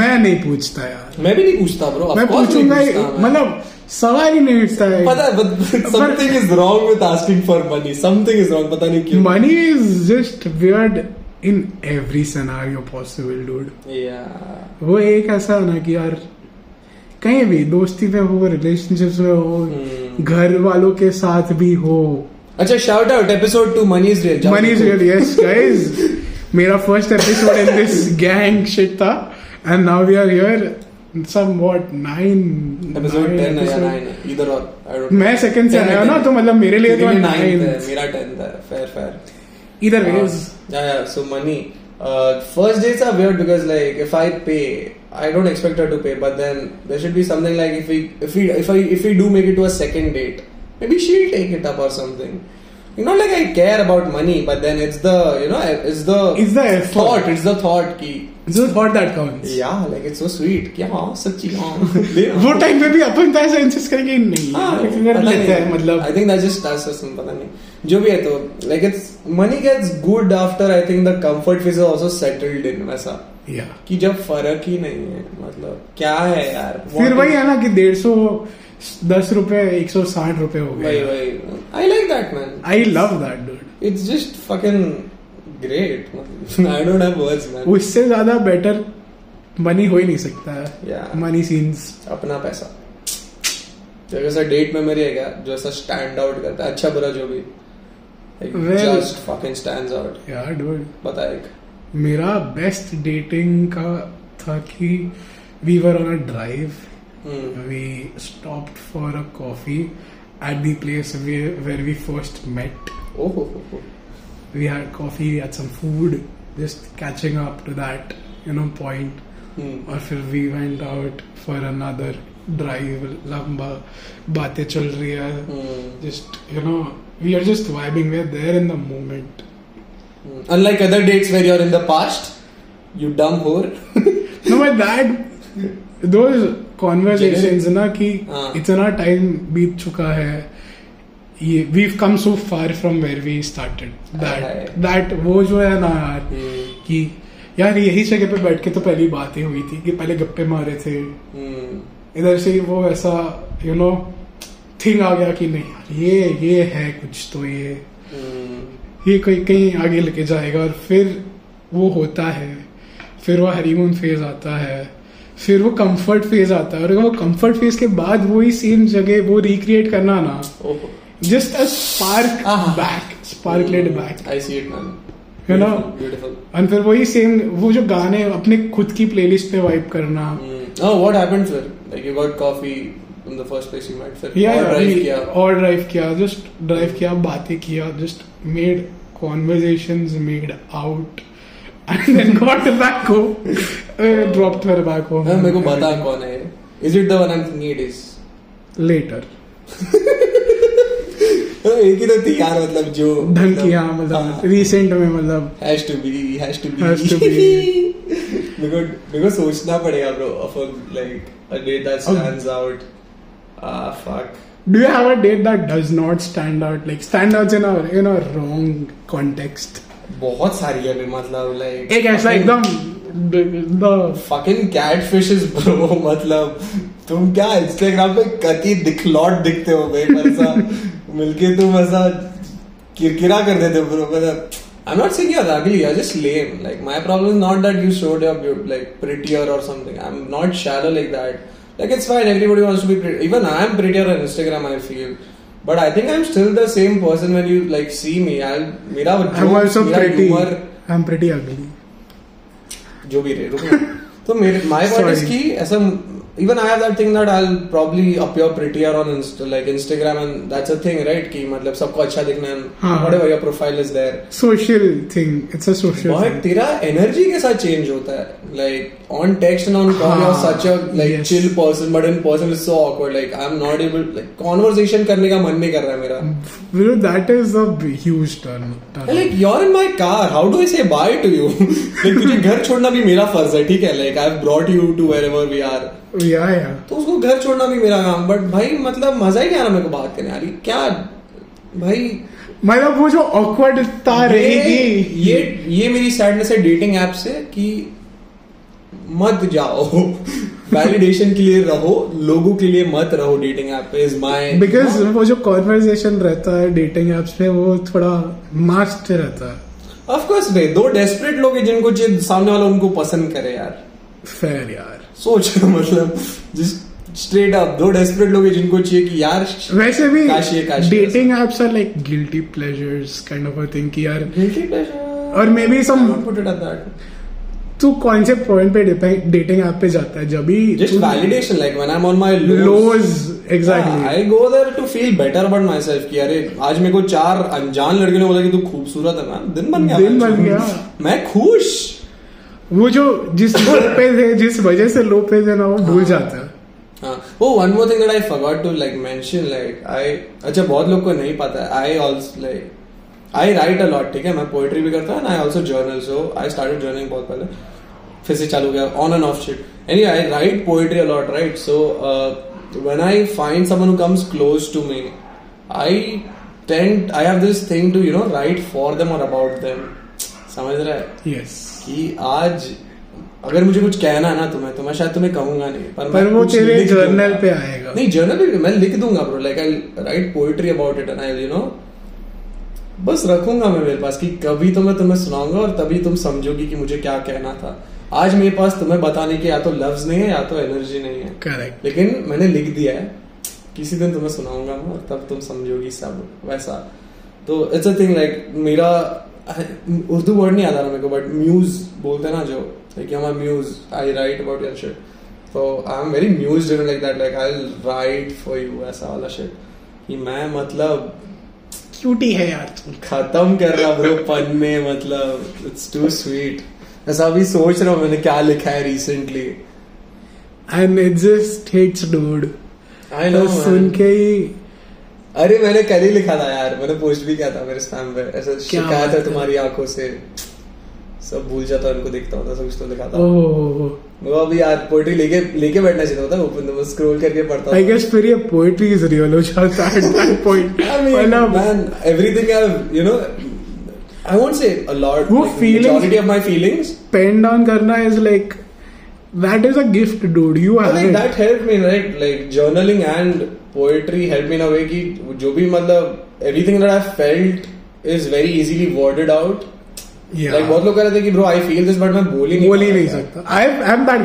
Speaker 1: मैं नहीं पूछता यार
Speaker 2: मैं भी नहीं पूछता ब्रो
Speaker 1: मैं पूछूंगा ही- मतलब सवाल ही नहीं उठता
Speaker 2: पता
Speaker 1: है
Speaker 2: है something is wrong with asking for money something is wrong पता नहीं क्यों
Speaker 1: money is just weird in every scenario possible dude
Speaker 2: Yeah.
Speaker 1: वो एक ऐसा है ना कि यार कहीं भी दोस्ती में हो रिलेशनशिप्स में हो
Speaker 2: Hmm.
Speaker 1: घर वालों के साथ भी हो
Speaker 2: अच्छा shout out episode two money is real
Speaker 1: money is real yes guys मेरा first episode in this gang shit था and now we are here some what nine
Speaker 2: episode 10 है या 9 है इधर और आई डोंट
Speaker 1: मैं सेकंड से आया हूं ना तो मतलब मेरे लिए तो नाइन
Speaker 2: है मेरा 10th है फेयर फेयर
Speaker 1: इधर
Speaker 2: हाँ।
Speaker 1: वेज
Speaker 2: yeah yeah so money first days are weird because like if i pay i don't expect her to pay but then there should be something like if we if we if i if we do make it to a second date maybe she'll take it up or something you know like i care about money but then it's the you know it's the
Speaker 1: It's the effort.
Speaker 2: thought it's the thought ki
Speaker 1: जो thought that counts
Speaker 2: yeah like it's so sweet कि हाँ सच्ची हाँ दे रहा हूँ।
Speaker 1: वो time पे भी अपन तो ऐसा insist करेंगे नहीं
Speaker 2: हाँ,
Speaker 1: यार, कर हाँ, लेते हैं मतलब
Speaker 2: I think that just stars person पता नहीं जो भी है तो like it's money gets good after I think the comfort phase is also settled in वैसा
Speaker 1: या
Speaker 2: कि जब फर्क ही नहीं है मतलब क्या है यार
Speaker 1: फिर
Speaker 2: What
Speaker 1: वही
Speaker 2: is-
Speaker 1: है ना कि डेढ़ सौ दस रुपए एक सौ साठ रुपए हो
Speaker 2: वही
Speaker 1: गए
Speaker 2: वही I like that man
Speaker 1: I love that dude
Speaker 2: it's just fucking great मतलब आई डोंट हैव वर्ड्स मैन
Speaker 1: उससे ज्यादा बेटर मनी हो ही नहीं सकता है
Speaker 2: Yeah.
Speaker 1: मनी सीन्स
Speaker 2: अपना पैसा तो एक ऐसा डेट मेमोरी है क्या जो ऐसा स्टैंड आउट करता है अच्छा बुरा जो भी
Speaker 1: Well-
Speaker 2: just fucking stands out
Speaker 1: यार डूड
Speaker 2: बता एक
Speaker 1: मेरा बेस्ट डेटिंग का था कि we were on a drive
Speaker 2: hmm
Speaker 1: we stopped for a coffee at the place where, where we first met.
Speaker 2: Oh हो हो हो
Speaker 1: We had coffee, we had some food, just catching up to that, you know, point.
Speaker 2: Hmm
Speaker 1: और फिर we went out for another drive, लंबा बातें चल रही है
Speaker 2: हम्म
Speaker 1: just you know we are just vibing we are there in the moment
Speaker 2: Unlike other dates where you're in the past, you dumb whore.
Speaker 1: no but that those conversations ना कि
Speaker 2: हाँ.
Speaker 1: इतना time बीत चुका है ये we've come so far from where we started
Speaker 2: हाय.
Speaker 1: that that वो जो है ना यार कि यार यही जगह पे बैठ के तो पहली बात ही हुई थी कि पहले गप्पे मारे थे
Speaker 2: Hmm.
Speaker 1: इधर से ही वो ऐसा यू नो थिंग आ गया कि नहीं यार ये ये है कुछ तो ये
Speaker 2: Hmm.
Speaker 1: ये कहीं कहीं आगे लेके जाएगा और फिर वो होता है फिर वो हनीमून फेज आता है फिर वो कंफर्ट फेज आता है और वो कंफर्ट फेज के बाद वो ही सेम जगह वो रिक्रिएट करना ना जस्ट अ स्पार्क
Speaker 2: हाँ।
Speaker 1: Back spark let back
Speaker 2: Hmm. I see it, man.
Speaker 1: You know?
Speaker 2: Beautiful, Beautiful.
Speaker 1: और फिर वही सेम वो जो गाने अपने खुद की प्लेलिस्ट पे वाइप करना
Speaker 2: Mm. Oh, what happened, sir? Like you got coffee in the first place you met, sir.
Speaker 1: या
Speaker 2: Or drive किया.
Speaker 1: और ड्राइव किया जस्ट ड्राइव किया बातें किया just made conversations made out and then got back home dropped her back home
Speaker 2: हाँ, मेरे को बता कौन है is it the one I am thinking it is
Speaker 1: later
Speaker 2: एक ही तो थी यार मतलब जो
Speaker 1: धमकियां मतलब
Speaker 2: हाँ।
Speaker 1: रिसेंट में मतलब
Speaker 2: has to be has to be
Speaker 1: Has to be.
Speaker 2: मेरे को मेरे को सोचना पड़ेगा bro of a like a date that
Speaker 1: Oh.
Speaker 2: Stands out ah fuck
Speaker 1: do you have a date that does not stand out like stand out in a in a wrong context
Speaker 2: बहुत सारी है मतलब like
Speaker 1: एक ऐसा एकदम the
Speaker 2: fucking catfishes bro मतलब तुम क्या इंस्टाग्राम पे कति दिखलौट दिखते हो भाई ऐसा मिलके तुम ऐसा किरकिरा कर देते हो ब्रो मतलब I'm not saying you're ugly, you're just lame. Like my problem is not that you showed up you're like prettier or something. I'm not shallow like that. Like it's fine, everybody wants to be pretty. Even I'm prettier on Instagram, I feel. But I think I'm still the same person when you like see me. I'll मेरा
Speaker 1: I
Speaker 2: वो
Speaker 1: am
Speaker 2: jokes,
Speaker 1: also
Speaker 2: मेरा
Speaker 1: pretty
Speaker 2: humor,
Speaker 1: I am pretty ugly
Speaker 2: जो भी रहे रुको ना। तो मेरे माय पॉइंट इज
Speaker 1: Sorry.
Speaker 2: की ऐसा even I have that thing that I will probably appear prettier on like Instagram and that's a thing right कि मतलब सबको अच्छा दिखना है
Speaker 1: हाँ।
Speaker 2: Whatever your profile is there
Speaker 1: social thing it's a social
Speaker 2: but तेरा एनर्जी कैसा change होता है like on text and on call you are
Speaker 1: हाँ,
Speaker 2: सच a like
Speaker 1: yes.
Speaker 2: Chill person but in person is so awkward like I am not able like conversation करने का मन नहीं कर रहा है मेरा
Speaker 1: Bro, that is a b- huge turn. turn.
Speaker 2: Like your in my car how do I say bye to you like तुझे घर छोड़ना भी मेरा फर्ज है ठीक है like I have brought you to wherever we are
Speaker 1: yeah, yeah.
Speaker 2: तो उसको घर छोड़ना भी मेरा काम बट भाई मतलब मजा ही नहीं आ रहा मेरे को बात करने यार ये क्या भाई
Speaker 1: मतलब वो जो awkwardता
Speaker 2: ये,
Speaker 1: रहेगी
Speaker 2: ये ये मेरी सैडनेस है डेटिंग ऐप से कि मत जाओ वैलिडेशन के लिए रहो लोगों के लिए मत रहो डेटिंग ऐप पे इज माय
Speaker 1: बिकॉज वो जो कॉन्वर्जेशन रहता है डेटिंग एप्स में वो थोड़ा मास्ट रहता है
Speaker 2: ऑफ कोर्स भाई दो डेस्परेट लोग हैं जिनको चाहिए सामने वाला उनको पसंद करे यार
Speaker 1: फेयर यार
Speaker 2: सोच मतलब जिस स्ट्रेट अप दो डेस्परेट लोग हैं जिनको चाहिए कि यार
Speaker 1: वैसे भी
Speaker 2: काश ये- काश ये
Speaker 1: dating apps are like guilty pleasures kind of a thing कि यार
Speaker 2: guilty pleasure.
Speaker 1: और maybe
Speaker 2: I
Speaker 1: some
Speaker 2: won't put it at that.
Speaker 1: तू कौन से पॉइंट पे डेटिंग ऐप पे जाता है जब भी
Speaker 2: Just validation, like when I'm on my lows. हाँ,
Speaker 1: lows exactly
Speaker 2: I go there to feel better about myself कि अरे आज मेरे को चार अनजान लड़के ने बोला कि तू खूबसूरत है मैम दिन बन गया
Speaker 1: दिन
Speaker 2: मैं-
Speaker 1: बन गया।
Speaker 2: मैं खुश
Speaker 1: वो जो जिस लो पे थे जिस वजह से लो पे थे ना वो भूल जाता है
Speaker 2: हाँ वो one more thing that I forgot to like mention like I अच्छा बहुत लोग को नहीं पता I also like I write a lot ठीक है मैं पोएट्री भी करता हूँ I also journal so I started journaling बहुत पहले फिर से चालू गया on and off shit any I write poetry a lot right so uh, when I find someone who comes close to me I tend I have this thing to you know write for them और about them समझ रहा है
Speaker 1: yes
Speaker 2: कि आज अगर मुझे कुछ कहना है ना तुम्हें तो मैं शायद तुम्हें कहूंगा नहीं
Speaker 1: पर
Speaker 2: मैं
Speaker 1: वो
Speaker 2: कुछ
Speaker 1: तेरे
Speaker 2: लिख
Speaker 1: जर्नल
Speaker 2: दूंगा।
Speaker 1: पे आएगा
Speaker 2: नहीं जर्नल भी मैं लिख दूंगा bro like I write poetry about it and I you know बस रखूंगा मैं मेरे पास कि कभी तो मैं तुम्हें सुनाऊंगा और तभी तुम समझोगी कि मुझे क्या कहना था आज मेरे पास तुम्हें बताने के या तो लफ्ज नहीं है या तो एनर्जी नहीं है
Speaker 1: करेक्ट
Speaker 2: लेकिन मैंने लिख दिया है किसी दिन तुम्हें सुनाऊंगा मैं और तब तुम समझोगी सब वैसा तो इट्स अ थिंग लाइक मेरा उर्दू वर्ड नहीं आता रहा मेरे को बट म्यूज बोलते हैं ना जो लाइक हमारा muse I write about your shit तो आई एम वेरी म्यूज डिन like that like I write for you ऐसा वाला शिट कि मैं मतलब
Speaker 1: क्यूटी है यार तू
Speaker 2: खत्म कर रहा ब्रो पन्ने मतलब इट्स टू स्वीट ऐसा अभी सोच रहा हूँ मैंने क्या लिखा है recently
Speaker 1: and it just hits dude
Speaker 2: I know
Speaker 1: सुन के ही
Speaker 2: अरे मैंने कल ही लिखा था यार मैंने पोस्ट भी किया था मेरे स्पैम पे ऐसा शिकायत
Speaker 1: बात
Speaker 2: है
Speaker 1: है।
Speaker 2: तुम्हारी आंखों से सब भूल जाता उनको देखता हूँ ऐसा कुछ तो लिखा था
Speaker 1: ओह
Speaker 2: वो अभी यार पोएट्री लेके लेके बैठना चाहिए होता ओपन स्क्रॉल तो करके पढ़ता
Speaker 1: आई गेस फिर ये पोएट्री इज रियल हो जाता है एट दैट पॉइंट मतलब
Speaker 2: man everything I you know I won't say a lot
Speaker 1: वो feelings-
Speaker 2: majority of my feelings
Speaker 1: pen down करना is like that is a gift dude you
Speaker 2: But,
Speaker 1: have
Speaker 2: like
Speaker 1: it
Speaker 2: that helped me right like journaling and poetry helped me in a way कि जो भी मतलब everything that I felt is very easily worded out
Speaker 1: Yeah.
Speaker 2: like बहुत लोग कह रहे थे कि bro I feel this but मैं बोल ही नहीं
Speaker 1: बोल ही
Speaker 2: पा
Speaker 1: नहीं
Speaker 2: रहा
Speaker 1: सकता I am that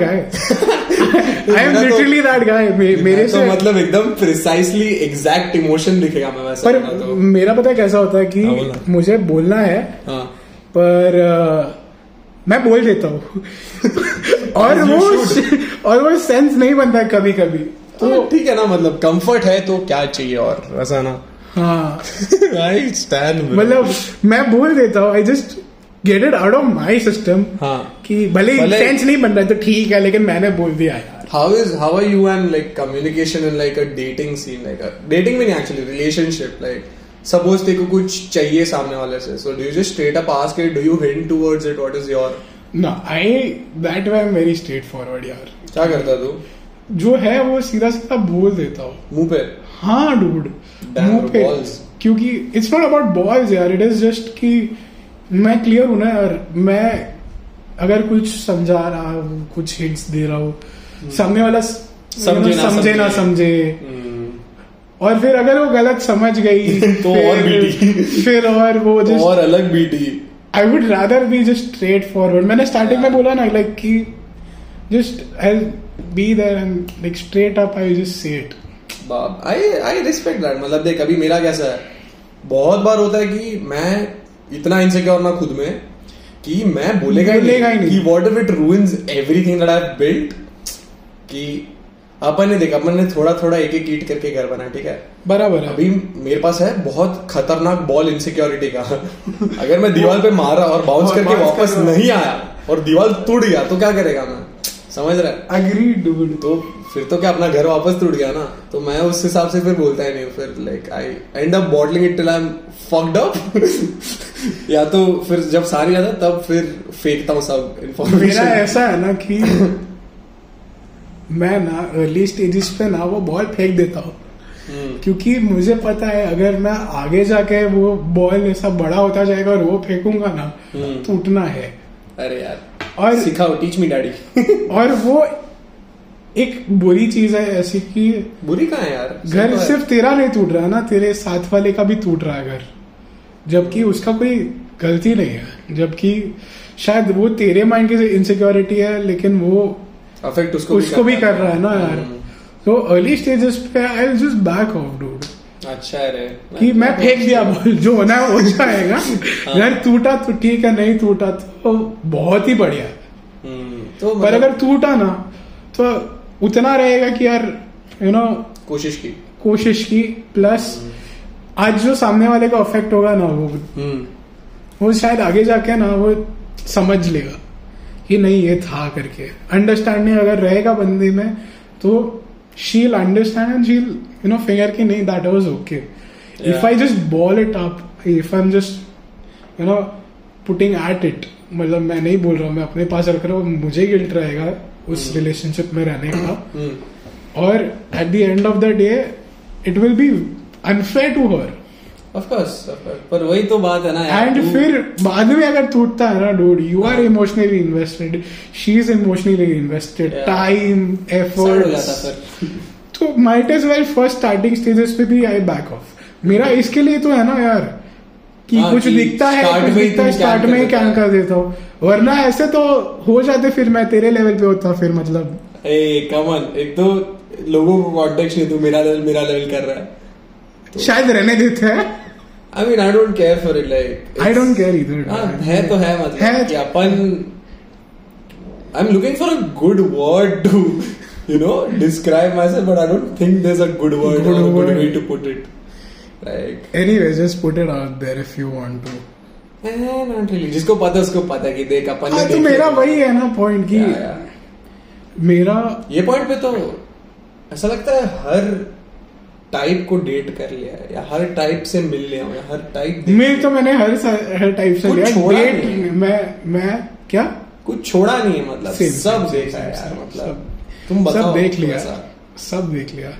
Speaker 1: guy I
Speaker 2: मेरा
Speaker 1: एम
Speaker 2: तो-
Speaker 1: लिटरली दैट गाय
Speaker 2: था।
Speaker 1: मेरे
Speaker 2: मैं तो
Speaker 1: से
Speaker 2: मतलब एकदम प्रिसाइसली एग्जैक्ट इमोशन लिखेगा मैं वैसा
Speaker 1: पर
Speaker 2: बना तो
Speaker 1: मेरा पता है कैसा होता है कि
Speaker 2: हाँ, बोलना।
Speaker 1: मुझे बोलना है
Speaker 2: हाँ
Speaker 1: पर अ, मैं बोल देता हूँ और
Speaker 2: As you
Speaker 1: वो और वो सेंस नहीं बनता कभी कभी
Speaker 2: तो ठीक है ना मतलब कंफर्ट है तो क्या चाहिए और वैसा ना
Speaker 1: हाँ
Speaker 2: आई स्टैंड
Speaker 1: मतलब मैं बोल देता हूँ I just get it out of my system
Speaker 2: हाँ
Speaker 1: कि भले
Speaker 2: भले-
Speaker 1: सेंस नहीं बन रहा है तो ठीक है लेकिन मैंने बोल दिया यार
Speaker 2: How is how are you and like communication in like a dating scene like a dating में नहीं actually relationship like suppose तेरे को कुछ चाहिए सामने वाले से so do you just straight up ask it do you hint towards it what is your
Speaker 1: ना I that way am very straightforward यार
Speaker 2: क्या करता है तू
Speaker 1: जो है वो सीधा सीधा बोल देता हूँ
Speaker 2: मुंह पे
Speaker 1: हाँ डूड
Speaker 2: Damn,
Speaker 1: मुंह पे
Speaker 2: balls.
Speaker 1: क्योंकि इट्स नॉट अबाउट बॉल्स यार इट इज जस्ट कि मैं क्लियर हूं ना यार मैं अगर कुछ समझा रहा हूँ कुछ हिंट्स दे रहा हूँ सामने वाला स-
Speaker 2: Hmm.
Speaker 1: मतलब
Speaker 2: समझे ना
Speaker 1: समझे ना समझे और फिर अगर वो गलत समझ गई
Speaker 2: तो और
Speaker 1: फिर,
Speaker 2: बीटी। तो
Speaker 1: फिर और वो जस्ट
Speaker 2: और अलग but
Speaker 1: I would rather be just straightforward मैंने स्टार्टिंग में
Speaker 2: Yeah.
Speaker 1: बोला ना लाइक कि just I be there and like straight up I just say it
Speaker 2: बाप आई आई रिस्पेक्ट दैट मतलब देख अभी मेरा कैसा है बहुत बार होता है कि मैं इतना इनसिक्योर ना खुद में कि मैं बोलेगा ही
Speaker 1: बोलेगा ही
Speaker 2: नहीं
Speaker 1: नहीं।
Speaker 2: कि what if it ruins everything that I built कि अपन ने देखा अपन ने थोड़ा थोड़ा एक एक ईट करके घर बनाया ठीक है
Speaker 1: बराबर है
Speaker 2: अभी मेरे पास है बहुत खतरनाक बॉल इनसिक्योरिटी का अगर मैं दीवार पे मारा और बाउंस
Speaker 1: और
Speaker 2: करके
Speaker 1: bounce
Speaker 2: वापस
Speaker 1: कर-
Speaker 2: नहीं आया और दीवार टूट गया तो क्या करेगा मैं समझ रहा है
Speaker 1: अग्री डूड
Speaker 2: तो फिर तो क्या अपना घर वापस टूट गया ना तो मैं उस हिसाब से फिर बोलता ही नहीं हूँ। फिर like I end up bottling it till I am fucked up या तो फिर जब सारी आता तब फिर फेंकता हूँ सब
Speaker 1: मेरा
Speaker 2: इन्फॉर्मेशन
Speaker 1: ऐसा है ना कि मैं ना अर्ली स्टेजेस पे ना वो बॉल फेंक देता हूँ
Speaker 2: हम्म,
Speaker 1: क्योंकि मुझे पता है अगर मैं आगे जाके वो बॉल ऐसा बड़ा होता जाएगा और वो फेंकूंगा ना
Speaker 2: हम्म।
Speaker 1: टूटना है
Speaker 2: अरे यार
Speaker 1: और
Speaker 2: सिखाओ टीच मी डैडी
Speaker 1: और वो एक बुरी चीज है ऐसी कि
Speaker 2: बुरी कहाँ है यार
Speaker 1: घर
Speaker 2: तो है।
Speaker 1: सिर्फ तेरा नहीं टूट रहा है ना तेरे साथ वाले का भी टूट रहा है घर जबकि उसका कोई गलती नहीं है जबकि शायद वो तेरे माइंड की इनसिक्योरिटी है लेकिन वो
Speaker 2: अफेक्ट उसको
Speaker 1: उसको भी कर रहा है ना यार
Speaker 2: हम्म।
Speaker 1: तो अर्ली स्टेजेस पे I just back off dude
Speaker 2: अच्छा है रे
Speaker 1: कि मैं फेंक दिया बॉल जो होना है हो जाएगा
Speaker 2: हाँ।
Speaker 1: यार टूटा तो ठीक है नहीं टूटा तो बहुत ही बढ़िया है।
Speaker 2: हम्म, तो
Speaker 1: पर
Speaker 2: मतलब
Speaker 1: अगर टूटा ना तो उतना रहेगा कि यार यू नो
Speaker 2: कोशिश की
Speaker 1: कोशिश की प्लस आज जो सामने वाले का अफेक्ट होगा ना वो
Speaker 2: हम्म
Speaker 1: वो शायद आगे जाके ना वो समझ लेगा कि नहीं ये था करके अंडरस्टैंडिंग अगर रहेगा बंदे में तो she'll understand and she'll you know figure की नहीं that was okay if I just ball it up if I am just you know putting at it मतलब मैं नहीं बोल रहा हूँ मैं अपने पास रख रहा हूँ मुझे गिल्ट रहेगा उस रिलेशनशिप में रहने का
Speaker 2: हम्म
Speaker 1: और at the end of the day it will be unfair to her
Speaker 2: of course
Speaker 3: पर वही तो बात है ना यार
Speaker 1: एंड
Speaker 3: तू-
Speaker 1: फिर बाद में अगर टूटता है ना dude you are emotionally invested she is emotionally invested
Speaker 2: Yeah.
Speaker 1: Time
Speaker 3: Sad हो जाता
Speaker 1: एफर्ट
Speaker 3: फिर
Speaker 1: तो might as well first starting stages पे भी आई बैक ऑफ मेरा इसके लिए तो है ना यार कि
Speaker 3: Hmm. हाँ,
Speaker 1: कुछ
Speaker 3: कि
Speaker 1: दिखता है
Speaker 3: start
Speaker 1: कुछ
Speaker 3: में ही
Speaker 1: दिखता है
Speaker 3: तुम
Speaker 1: स्टार्ट
Speaker 3: can
Speaker 1: में ही
Speaker 3: कर
Speaker 1: कैन
Speaker 3: देता
Speaker 1: कर देता हूँ वरना ऐसे तो हो जाते फिर मैं तेरे लेवल पे होता फिर मतलब
Speaker 3: ए कमल एक तो लोगों को कॉन्टेक्ट नहीं तू मेरा लेवल मेरा लेवल कर रहा है तो-
Speaker 1: शायद रहने देते हैं
Speaker 2: I mean I don't care for it like
Speaker 1: I don't care इधर
Speaker 3: हाँ, है तो है मतलब
Speaker 1: है।
Speaker 3: कि अपन I am looking for a good word to you know describe myself but I don't think there is a good word
Speaker 1: Good
Speaker 3: और a good
Speaker 1: word.
Speaker 3: Way to put it like
Speaker 1: anyway just put it out there if you want to
Speaker 3: not really eh, जिसको पता है उसको पता है कि देख अपन ने
Speaker 1: हाँ तो
Speaker 3: देख लिया।
Speaker 1: मेरा वही है ना पॉइंट कि
Speaker 3: Yeah, yeah.
Speaker 1: मेरा
Speaker 3: ये
Speaker 2: पॉइंट पे तो ऐसा लगता है हर टाइप को डेट कर लिया है या हर टाइप से मिल लिया हूं या हर टाइप देख
Speaker 1: मेल
Speaker 2: लिया।
Speaker 1: तो मैंने हर सा- हर टाइप से
Speaker 2: कुछ
Speaker 1: लिया
Speaker 2: छोड़ा
Speaker 1: डेट
Speaker 2: नहीं।
Speaker 1: मैं मैं क्या
Speaker 2: कुछ छोड़ा नहीं है मतलब
Speaker 1: तो- Same,
Speaker 2: सब
Speaker 1: same,
Speaker 2: देखा
Speaker 1: same,
Speaker 2: है यार
Speaker 1: same,
Speaker 2: मतलब
Speaker 1: सब-
Speaker 2: तुम बताओ
Speaker 1: सब देख लिया
Speaker 2: ऐसा।
Speaker 1: सब देख लिया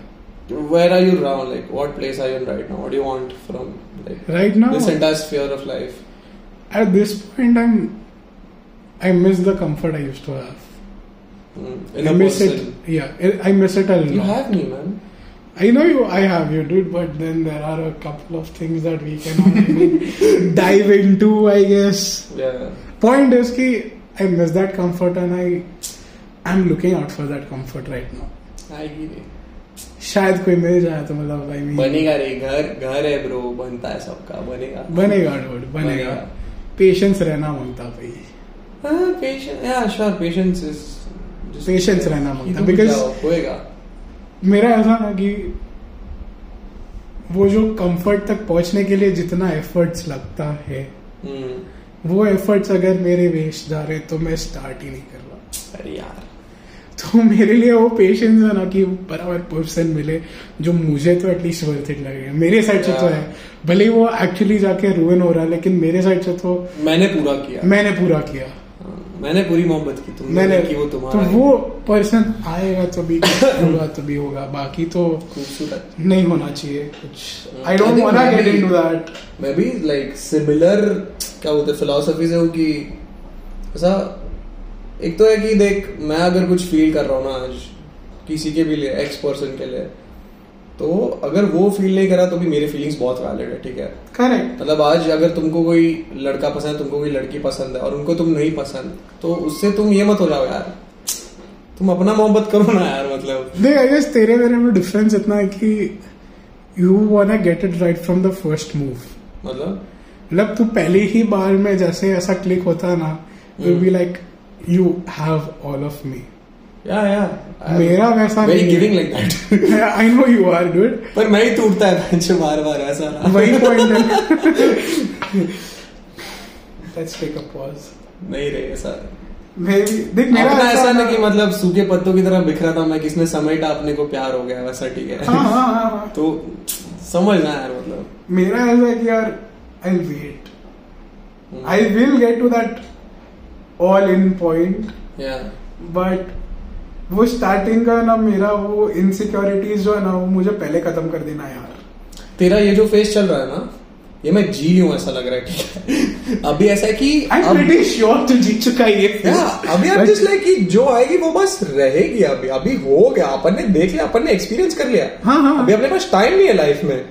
Speaker 2: Where are you now? Like, what place are you in right now? What do you want from like
Speaker 1: Right now?
Speaker 2: this entire sphere of life?
Speaker 1: At this point I am I miss the comfort I used to have
Speaker 2: Mm,
Speaker 1: I miss it या I miss it a
Speaker 2: You
Speaker 1: lot
Speaker 2: have me, man.
Speaker 1: I know you, I have you, dude, but then there are a couple of things that we can only dive into, I guess.
Speaker 2: Yeah.
Speaker 1: Point is, ki, I miss that comfort and I, I'm looking out for that comfort right now. शायद कोई मिल जाए तो मतलब I mean
Speaker 3: बनेगा रे घर घर है ब्रो बनता है सबका बनेगा
Speaker 1: बनेगा डूड बनेगा पेशेंस रहना मांगता भाई
Speaker 3: हाँ
Speaker 2: Uh,
Speaker 3: पेशेंस या श्योर पेशेंस इज
Speaker 1: Patience रहना मांगता, because-
Speaker 3: बिकॉज़ होएगा
Speaker 1: मेरा ऐसा ना कि वो जो कंफर्ट तक पहुंचने के लिए जितना एफर्ट्स लगता है
Speaker 3: हम्म,
Speaker 1: वो एफर्ट्स अगर मेरे वेस्ट जा रहे तो मैं स्टार्ट ही नहीं कर रहा
Speaker 3: अरे यार
Speaker 1: तो मेरे लिए वो पेशेंस है ना कि बराबर पर्सन मिले जो मुझे तो एटलीस्ट वर्थ इट लगेगा मेरे साइड से तो
Speaker 3: Yeah.
Speaker 1: है भले ही वो एक्चुअली जाके रुइन हो रहा है लेकिन मेरे साइड से तो
Speaker 3: मैंने पूरा किया
Speaker 1: मैंने पूरा किया
Speaker 3: हाँ, मैंने पूरी मोहब्बत की तुमने
Speaker 1: मैंने
Speaker 3: की वो
Speaker 1: तो
Speaker 3: तुम्हारा है।
Speaker 1: वो पर्सन आएगा तो भी होगा तो भी होगा बाकी तो
Speaker 3: खूबसूरत
Speaker 1: नहीं होना चाहिए कुछ I
Speaker 2: I
Speaker 1: don't
Speaker 2: think
Speaker 1: want
Speaker 2: मैं
Speaker 1: गेट
Speaker 2: भी-
Speaker 1: इनटू दैट
Speaker 2: मैं भी लाइक सिमिलर क्या बोलते हैं फिलोसफी से हूँ कि ऐसा एक तो है कि देख मैं अगर कुछ फील कर रहा हूँ ना आज किसी के भी लिए एक्स पर्सन के लिए तो अगर वो फील नहीं करा तो भी मेरी फीलिंग्स बहुत वैलिड है ठीक है
Speaker 1: करेक्ट
Speaker 2: मतलब आज अगर तुमको कोई लड़का पसंद है तुमको कोई लड़की पसंद है और उनको तुम नहीं पसंद तो उससे तुम ये मत हो जाओ यार तुम अपना मोहब्बत करो ना यार मतलब
Speaker 1: देख आई गेस तेरे मेरे में डिफरेंस इतना है कि you want to get it right from the first move
Speaker 2: मतलब
Speaker 1: मतलब तू पहले ही बार में जैसे ऐसा क्लिक होता है ना you be
Speaker 3: hmm.
Speaker 1: Like you have all of me
Speaker 2: या या
Speaker 1: मेरा वैसा
Speaker 2: वेरी
Speaker 1: नहीं है।
Speaker 2: Giving like that
Speaker 1: I know you are dude
Speaker 3: पर मैं ही टूटता है बेंच बार बार ऐसा ना
Speaker 1: वही पॉइंट है लेट्स टेक अ पॉज
Speaker 3: नहीं रे ऐसा
Speaker 1: मेरी देख मेरा
Speaker 3: अपना ऐसा ना
Speaker 1: ना-
Speaker 3: कि मतलब सूखे पत्तों की तरह बिखरा था मैं किसने समेटा अपने को प्यार हो गया वैसा ठीक है
Speaker 1: हाँ हाँ हाँ, हाँ
Speaker 3: तो समझना यार मतलब
Speaker 1: मेरा ऐसा है कि यार I wait I will get to that all in point
Speaker 3: या
Speaker 1: बट वो स्टार्टिंग का ना मेरा वो इनसिक्योरिटीज जो है ना वो मुझे पहले खत्म कर देना है यार
Speaker 2: तेरा ये जो फेस चल रहा है ना ये मैं जी लूं ऐसा लग रहा है ठीक है अभी ऐसा है कि
Speaker 1: I'm
Speaker 2: अब-
Speaker 1: pretty sure तू जीत चुका है ये
Speaker 2: या, अभी आप
Speaker 1: But-
Speaker 2: जस्ट लाइक कि जो आएगी वो बस रहेगी अभी अभी हो गया अपन ने देख लिया अपन ने एक्सपीरियंस कर लिया
Speaker 1: हाँ, हाँ।
Speaker 2: अभी अपने पास टाइम नहीं है लाइफ में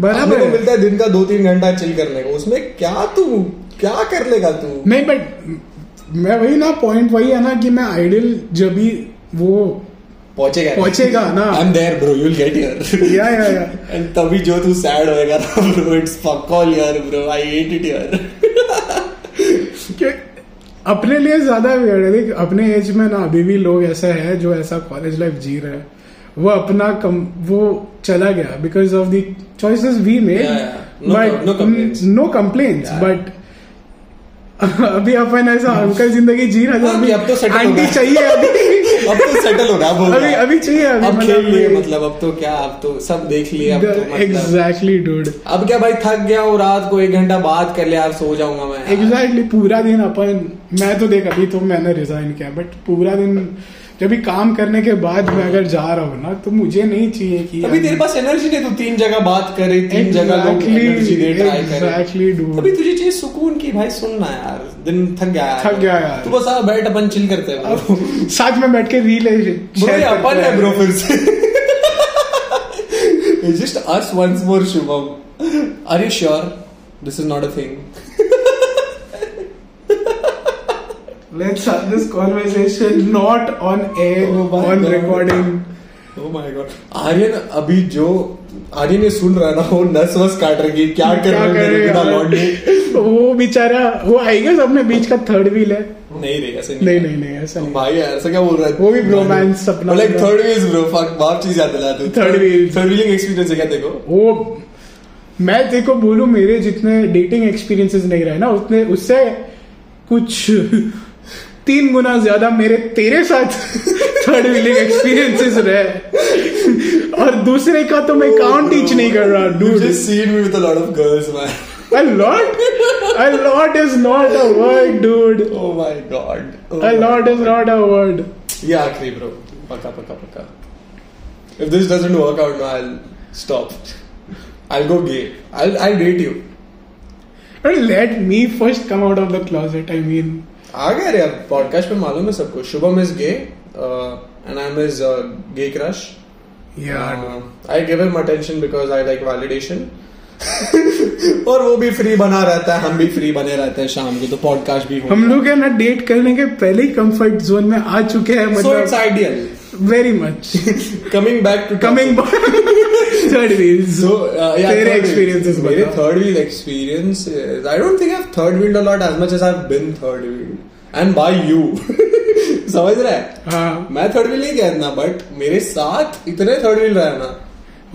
Speaker 1: बराबर
Speaker 2: अपने को
Speaker 1: है।
Speaker 2: मिलता है दिन का दो तीन घंटा चिल करने को उसमें क्या तू क्या कर लेगा तू
Speaker 1: नहीं बट मैं वही ना पॉइंट वही है ना कि मैं आइडियल जब भी वो
Speaker 3: पहुंचेगा
Speaker 1: पहुंचेगा ना
Speaker 3: I am there bro you will get here
Speaker 1: या या या
Speaker 3: एंड तभी जो तू सैड होएगा ना ब्रो इट्स फक ऑल यार ब्रो आई हेट इट यार
Speaker 1: कि अपने लिए ज्यादा weird है देख अपने एज में ना अभी भी लोग ऐसे हैं जो ऐसा कॉलेज लाइफ जी रहे हैं वो अपना कम वो चला गया because of the choices we
Speaker 3: Yeah,
Speaker 1: made
Speaker 3: yeah. No com- no complaints.
Speaker 1: No complaints
Speaker 3: Yeah.
Speaker 1: But अभी अपन ऐसा अंकल जिंदगी जी रहा
Speaker 3: हाँ,
Speaker 1: है
Speaker 3: कि अब तो settle हो
Speaker 1: आंटी
Speaker 3: गया।
Speaker 1: चाहिए अभी
Speaker 3: अब तो सेटल हो रहा अब हो
Speaker 1: अभी
Speaker 3: गया।
Speaker 1: अभी चाहिए अभी
Speaker 3: अब खेल लिए
Speaker 1: अभी-
Speaker 3: मतलब अब तो क्या अब तो सब देख लिए अब तो मतलब
Speaker 1: एग्जैक्टली डूड
Speaker 3: अब क्या भाई थक गया हूँ रात को एक घंटा बात कर ले यार सो जाऊंगा मैं यार।
Speaker 1: एग्जैक्टली पूरा दिन अपन मैं तो देख अभी तो मैंने रिजाइन किया बट पूरा दिन जब ये काम करने के बाद मैं अगर जा रहा हूँ ना तो मुझे नहीं चाहिए कि
Speaker 2: अभी तेरे पास एनर्जी नहीं तू तीन जगह बात करे तीन जगह लोग एनर्जी दे ट्राई करे
Speaker 1: एग्जैक्टली डूड
Speaker 2: अभी तुझे चाहिए सुकून की भाई सुनना यार दिन थक गया यार
Speaker 1: थक गया यार।
Speaker 2: तू बस आ बैठ अपन चिल करते हैं bro।
Speaker 1: साथ में बैठ के रील
Speaker 2: तो- ब्रो ये अपन है ब्रो फिर से it's just us once more Shubham are you sure this is not a thing
Speaker 1: Let's have this conversation not on air,
Speaker 2: Oh my
Speaker 1: on
Speaker 2: God.
Speaker 1: recording.
Speaker 2: Oh my god Oh Aryan अभी जो आर्यन ये सुन रहा है ना वो नस वस काट रही है क्या कर
Speaker 1: क्या
Speaker 2: रहे हो मेरे
Speaker 1: करे
Speaker 2: बिना
Speaker 1: यार?
Speaker 2: लौंडे
Speaker 1: वो बेचारा वो आएगा अपने बीच का थर्ड व्हील है
Speaker 2: नहीं रे ऐसे
Speaker 1: नहीं नहीं नहीं ऐसा नहीं
Speaker 2: भाई यार, ऐसा क्या बोल रहा है
Speaker 1: वो भी bromance अपना-
Speaker 2: like third wheels bro fuck बाप चीज याद दिला तू
Speaker 1: Third wheels.
Speaker 2: Third wheeling experience है क्या देखो
Speaker 1: वो मैं तेरे को बोलूं मेरे जितने डेटिंग एक्सपीरियंसेस नहीं रहे ना उतने उससे कुछ तीन गुना ज्यादा मेरे तेरे साथ थर्ड व्हीलिंग एक्सपीरियंसेस रहे और दूसरे का तो मैं काउंट टीच नहीं कर
Speaker 2: Oh,
Speaker 1: रहा dude
Speaker 2: just seen me with a lot of girls man
Speaker 1: A lot? A lot is not a word, dude.
Speaker 2: Oh my god
Speaker 1: A lot is not a word.
Speaker 2: Oh ये आखिरी bro पक्का पक्का पक्का if this doesn't work out no I stop I go gay I I date you
Speaker 1: And let me first come out of the closet. I mean,
Speaker 2: आ गया रे अब podcast पे मालूम है सबको Shubham uh, is gay and I am is gay crush
Speaker 1: yeah.
Speaker 2: I give him attention because I like validation और वो भी फ्री बना रहता है हम भी फ्री बने रहते हैं शाम को तो पॉडकास्ट भी
Speaker 1: हम लोग है ना डेट करने के पहले ही कंफर्ट जोन में आ चुके हैं
Speaker 2: सो इट्स
Speaker 1: मतलब
Speaker 2: ideal
Speaker 1: very much
Speaker 2: coming back to
Speaker 1: coming third wheels
Speaker 2: So, uh, yeah,
Speaker 1: Their
Speaker 2: third
Speaker 1: experiences
Speaker 2: wheel. मेरे
Speaker 1: बताओ।
Speaker 2: third wheel experience is I don't think I've third wheeled a lot as much as I've been third wheeled and by you समझ रहा है
Speaker 1: हाँ
Speaker 2: मैं third wheel नहीं गया इतना बट मेरे साथ इतने थर्ड wheel रहा है ना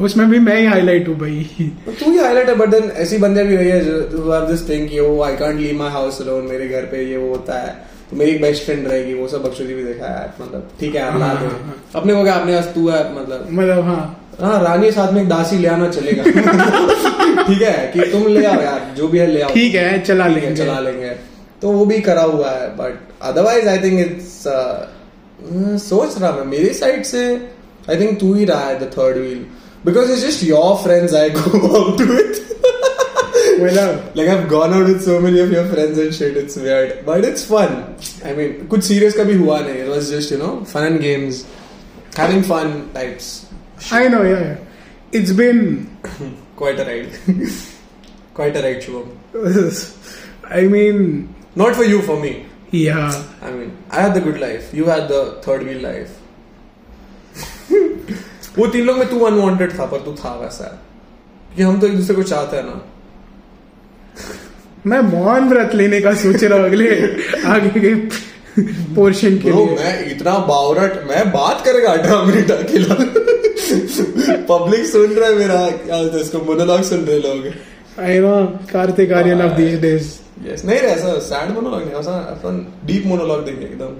Speaker 1: उसमें भी मैं ही हाईलाइट हूँ भाई
Speaker 2: तो तू ही highlight है बट देन ऐसी बंदे भी रही है जो हैव दिस थिंग कि "Oh, वो I can't leave my house alone मेरे घर पे ये वो होता है तो मेरी एक बेस्ट फ्रेंड रहेगी वो सब बकचोदी भी देखा है मतलब ठीक है आप ला
Speaker 1: हाँ,
Speaker 2: दो अपने को क्या अपने पास तू है मतलब
Speaker 1: मतलब हाँ
Speaker 2: हाँ रानी साथ में एक दासी ले आना चलेगा ठीक है कि तुम ले आओ यार जो भी है ले आओ
Speaker 1: ठीक है चला
Speaker 2: ठीक है,
Speaker 1: लेंगे
Speaker 2: चला लेंगे तो वो भी करा हुआ है but otherwise I think it's uh, mm, सोच रहा मैं मेरी साइड से आई थिंक तू ही रहा है the third wheel because it's just your friends I go out with
Speaker 1: मतलब
Speaker 2: like I've gone out with so many of your friends and shit. It's weird, but it's fun. I mean, कुछ serious का भी हुआ नहीं. It was just you know fun and games, having fun types.
Speaker 1: I know यार it's been
Speaker 2: Quite a ride. Quite a ride, Shubham.
Speaker 1: I mean
Speaker 2: Not for you, for me.
Speaker 1: या
Speaker 2: I mean, I had the good life. You had the third wheel life. वो तीन लोग में तू unwanted था पर तू था वैसा क्योंकि हम तो एक दूसरे को चाहते हैं ना
Speaker 1: मैं मौन व्रत लेने का सोच रहा हूँ अगले आगे के पोर्शन के
Speaker 2: ब्रो
Speaker 1: लिए
Speaker 2: मैं इतना बावरट मैं बात करेगा अठारह मिनट अकेला पब्लिक सुन रहा है मेरा क्या बोलते हैं इसको मोनोलॉग सुन रहे लोग
Speaker 1: I know Kartik Aryan of these days
Speaker 2: yes नहीं रे ऐसा सैड मोनोलॉग नहीं ऐसा अपन डीप मोनोलॉग देंगे एकदम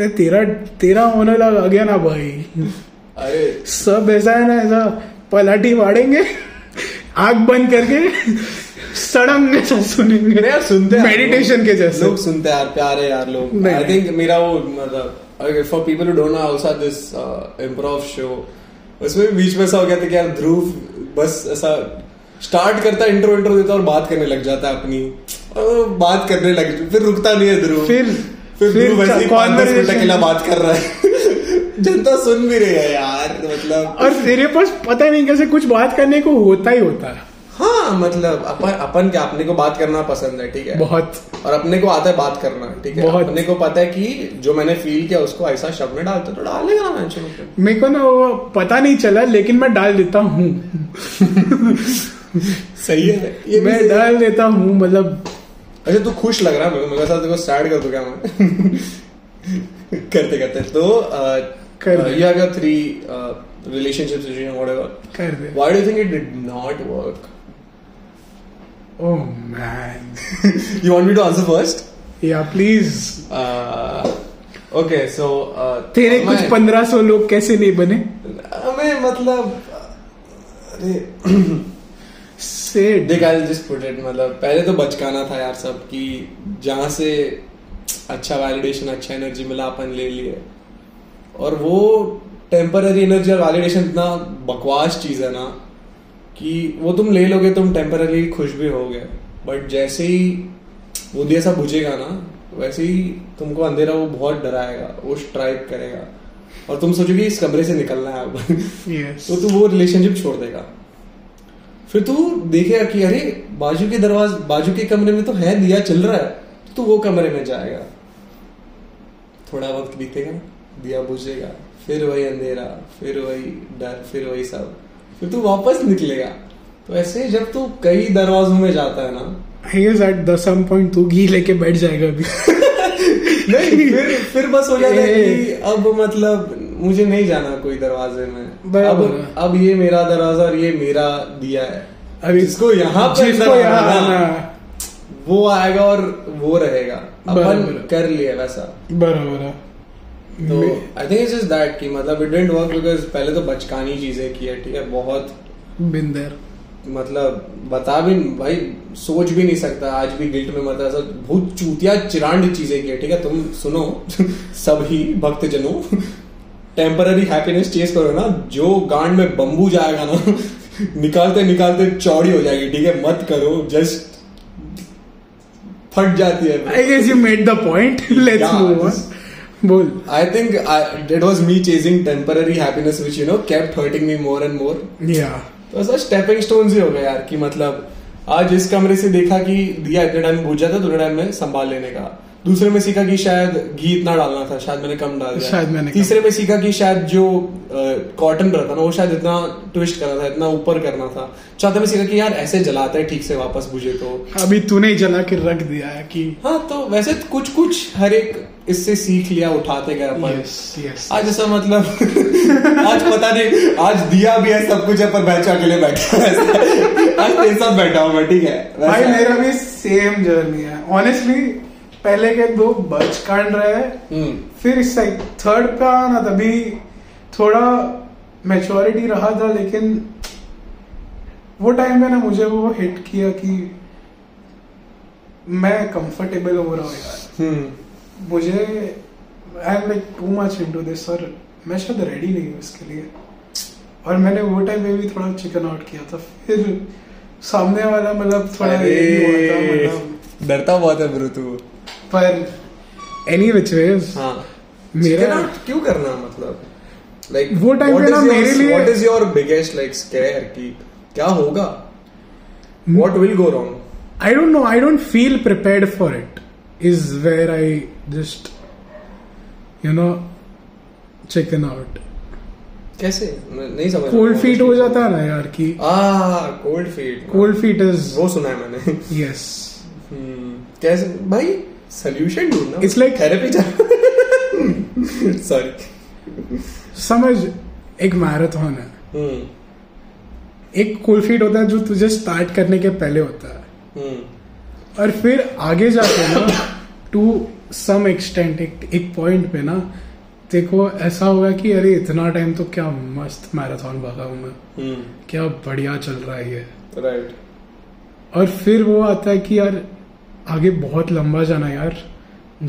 Speaker 1: तो तेरा तेरा होने लग आ गया ना भाई
Speaker 2: अरे
Speaker 1: सब ऐसा है ना ऐसा पलाटी मारेंगे आग बंद करके सड़ंग जैसा सुनेंगे
Speaker 2: नहीं यार सुनते हैं यार
Speaker 1: मेडिटेशन
Speaker 2: लोग।
Speaker 1: के जैसे
Speaker 2: लोग सुनते हैं यार प्यारे यार लोग
Speaker 1: नहीं,
Speaker 2: आई
Speaker 1: नहीं।
Speaker 2: थिंक मेरा वो मतलब for people don't know also this improv show uh, उसमें भी बीच में ऐसा हो गया था कि यार ध्रुव बस ऐसा स्टार्ट करता है इंट्रो इंट्रो देता है और बात करने लग जाता है अपनी और बात करने लग फिर रुकता नहीं है ध्रुव
Speaker 1: फिर-
Speaker 2: फिर
Speaker 1: फिर
Speaker 2: ध्रुव ऐसे
Speaker 1: conversation-
Speaker 2: ही पाँच दस मिनट अकेला बात कर रहा है जनता सुन भी रही है यार मतलब
Speaker 1: और तेरे पास पता नहीं कैसे कुछ बात करने को होता ही होता है
Speaker 2: हाँ मतलब अपन अपन क्या अपने को बात करना पसंद है ठीक है
Speaker 1: बहुत
Speaker 2: और अपने को आता है बात करना ठीक है
Speaker 1: बहुत।
Speaker 2: अपने को पता है कि जो मैंने फील किया उसको ऐसा शब्द में डालते तो डाल लेगा ना मैं चलो
Speaker 1: मेरे को ना वो पता नहीं चला लेकिन मैं डाल देता हूँ
Speaker 2: सही है ये भी
Speaker 1: मैं
Speaker 2: सही है।
Speaker 1: डाल देता हूँ मतलब
Speaker 2: अच्छा तू खुश लग रहा है मेरे को मेरे साथ तेरे को सैड कर दो क्या मैं करते करते तो
Speaker 1: कर दे।
Speaker 2: You have your three relationships whatever
Speaker 1: कर दे
Speaker 2: why do think it did not work
Speaker 1: Oh man.
Speaker 2: You want me to answer first
Speaker 1: Yeah, please.
Speaker 2: Okay so
Speaker 1: तेरे
Speaker 2: Oh,
Speaker 1: कुछ 1500 लोग कैसे नहीं बने
Speaker 2: हमें मतलब uh, अरे
Speaker 1: सेड
Speaker 2: देख आई जस्ट पुट इट मतलब पहले तो बचकाना था यार सब कि जहाँ से अच्छा वैलिडेशन अच्छा एनर्जी मिला अपन ले लिए और वो टेम्पररी एनर्जी और वैलिडेशन इतना बकवास चीज़ है ना कि वो तुम ले लोगे तुम टेम्पररी खुश भी होगे बट जैसे ही बूंदी ऐसा बुझेगा ना वैसे ही तुमको अंधेरा वो बहुत डराएगा वो स्ट्राइक करेगा और तुम सोचोगे इस कमरे से निकलना है अब
Speaker 1: यस
Speaker 2: तो तू वो रिलेशनशिप छोड़ देगा फिर तू देखेगा कि अरे बाजू के दरवाज बाजू के कमरे में तो है दिया चल रहा है तो वो कमरे में जाएगा थोड़ा वक्त बीतेगा दिया बुझेगा फिर वही अंधेरा फिर वही डर फिर वही सब फिर तू वापस निकलेगा तो ऐसे ही जब तू कई दरवाजों में जाता है ना
Speaker 1: I guess at the some point तू तो घी लेके बैठ जाएगा अभी
Speaker 2: नहीं फिर फिर बस हो जाता है कि अब मतलब मुझे नहीं जाना कोई दरवाजे में अब
Speaker 1: बराबर है।
Speaker 2: अब ये मेरा दरवाजा और ये मेरा दिया है
Speaker 1: अभी
Speaker 2: जिसको यहाँ पे
Speaker 1: जिसको
Speaker 2: अंदर
Speaker 1: तो यहाँ हाँ,
Speaker 2: आना,
Speaker 1: आना
Speaker 2: वो आएगा और वो रहेगा अपन
Speaker 1: बराबर है।
Speaker 2: कर लिया वैसा
Speaker 1: बराबर है
Speaker 2: तो I think it's just that कि मतलब इट डिडंट वर्क बिकॉज पहले तो बचकानी चीजें की है ठीक है बहुत
Speaker 1: बिंदर
Speaker 2: मतलब बता भी भाई सोच भी नहीं सकता आज भी गिल्ट में मरता है। ऐसा बहुत चूतिया चिरांड चीजें की है ठीक है तुम सुनो सभी भक्तजनों टेम्पररी हैप्पीनेस चेस करो ना जो गांड में बम्बू जाएगा ना निकालते निकालते चौड़ी हो जाएगी ठीक है मत करो जस्ट फट जाती है
Speaker 1: I guess you made the point let's
Speaker 2: Yeah,
Speaker 1: move
Speaker 2: this-
Speaker 1: on बोल
Speaker 2: I think that was me chasing temporary happiness which you know kept hurting me more and more
Speaker 1: या
Speaker 2: तो ऐसा स्टेपिंग स्टोन ही हो गया यार कि मतलब आज इस कमरे से देखा कि दिया इतने टाइम बुझ जाता उतने टाइम में संभाल लेने का दूसरे में सीखा कि शायद घी इतना डालना था शायद मैंने कम डाल दिया
Speaker 1: शायद मैंने कम-
Speaker 2: तीसरे में सीखा कि शायद जो कॉटन रहता ना वो शायद इतना ट्विस्ट करना था इतना ऊपर करना था चौथे में सीखा कि यार ऐसे जलाते हैं ठीक से वापस बुझे तो
Speaker 1: अभी तूने ही जला के रख दिया है कि
Speaker 2: हाँ तो वैसे तो कुछ कुछ हर एक इससे सीख लिया उठाते गए अपन
Speaker 1: यस यस
Speaker 2: आज ऐसा मतलब आज पता नहीं आज दिया भी है सब कुछ है पर बैच अकेले बैठा हूं ऐसा। आज तेरे साथ बैठा हूं मैं ठीक है वैसा
Speaker 1: भाई
Speaker 2: है।
Speaker 1: मेरा भी सेम जर्नी है ऑनेस्टली पहले के दो बच कांड रहे
Speaker 2: हम्म
Speaker 1: फिर इस साइड थर्ड पे आना तभी थोड़ा मेच्योरिटी रहा था लेकिन वो टाइम में ना मुझे वो हिट किया कि मैं कंफर्टेबल हो रहा हूँ यार
Speaker 2: हम्म
Speaker 1: मुझे I am like too much into this और मैं शायद रेडी नहीं हूँ इसके लिए और मैंने वो टाइम में भी थोड़ा चिकन आउट किया था फिर सामने वाला मतलब थोड़ा
Speaker 2: अरे,
Speaker 1: ये भी हुआ था मतलब
Speaker 2: डरता बहुत है ब्रो तू
Speaker 1: पर एनी विच वेज
Speaker 2: हाँ
Speaker 1: मेरा-
Speaker 2: मेरा क्यों करना मतलब लाइक
Speaker 1: वो time पे ना मेरे लिए-
Speaker 2: what is your biggest like scare कि क्या होगा what will go wrong
Speaker 1: I don't know. I don't feel prepared for it. Is where I just, you know, chicken out.
Speaker 2: कैसे मैं नहीं समझ
Speaker 1: Cold feet हो जाता है ना यार कि
Speaker 2: आ cold feet
Speaker 1: cold feet is
Speaker 2: Ah, वो सुना है मैंने
Speaker 1: yes.
Speaker 2: हम्म, कैसे भाई सोल्यूशन ढूंढना
Speaker 1: It's like-
Speaker 2: थेरेपी जा सॉरी
Speaker 1: समझ एक मैराथन है
Speaker 2: हम्म
Speaker 1: एक cold feet होता है जो तुझे स्टार्ट करने के पहले होता है
Speaker 2: हम्म
Speaker 1: और फिर आगे जाके ना टू सम एक्सटेंट एक एक पॉइंट पे ना देखो ऐसा होगा कि अरे इतना टाइम तो क्या मस्त मैराथन भागा हूं मैं
Speaker 2: हम्म
Speaker 1: क्या बढ़िया चल रहा है ये
Speaker 2: राइट
Speaker 1: और फिर वो आता है कि यार आगे बहुत लंबा जाना है यार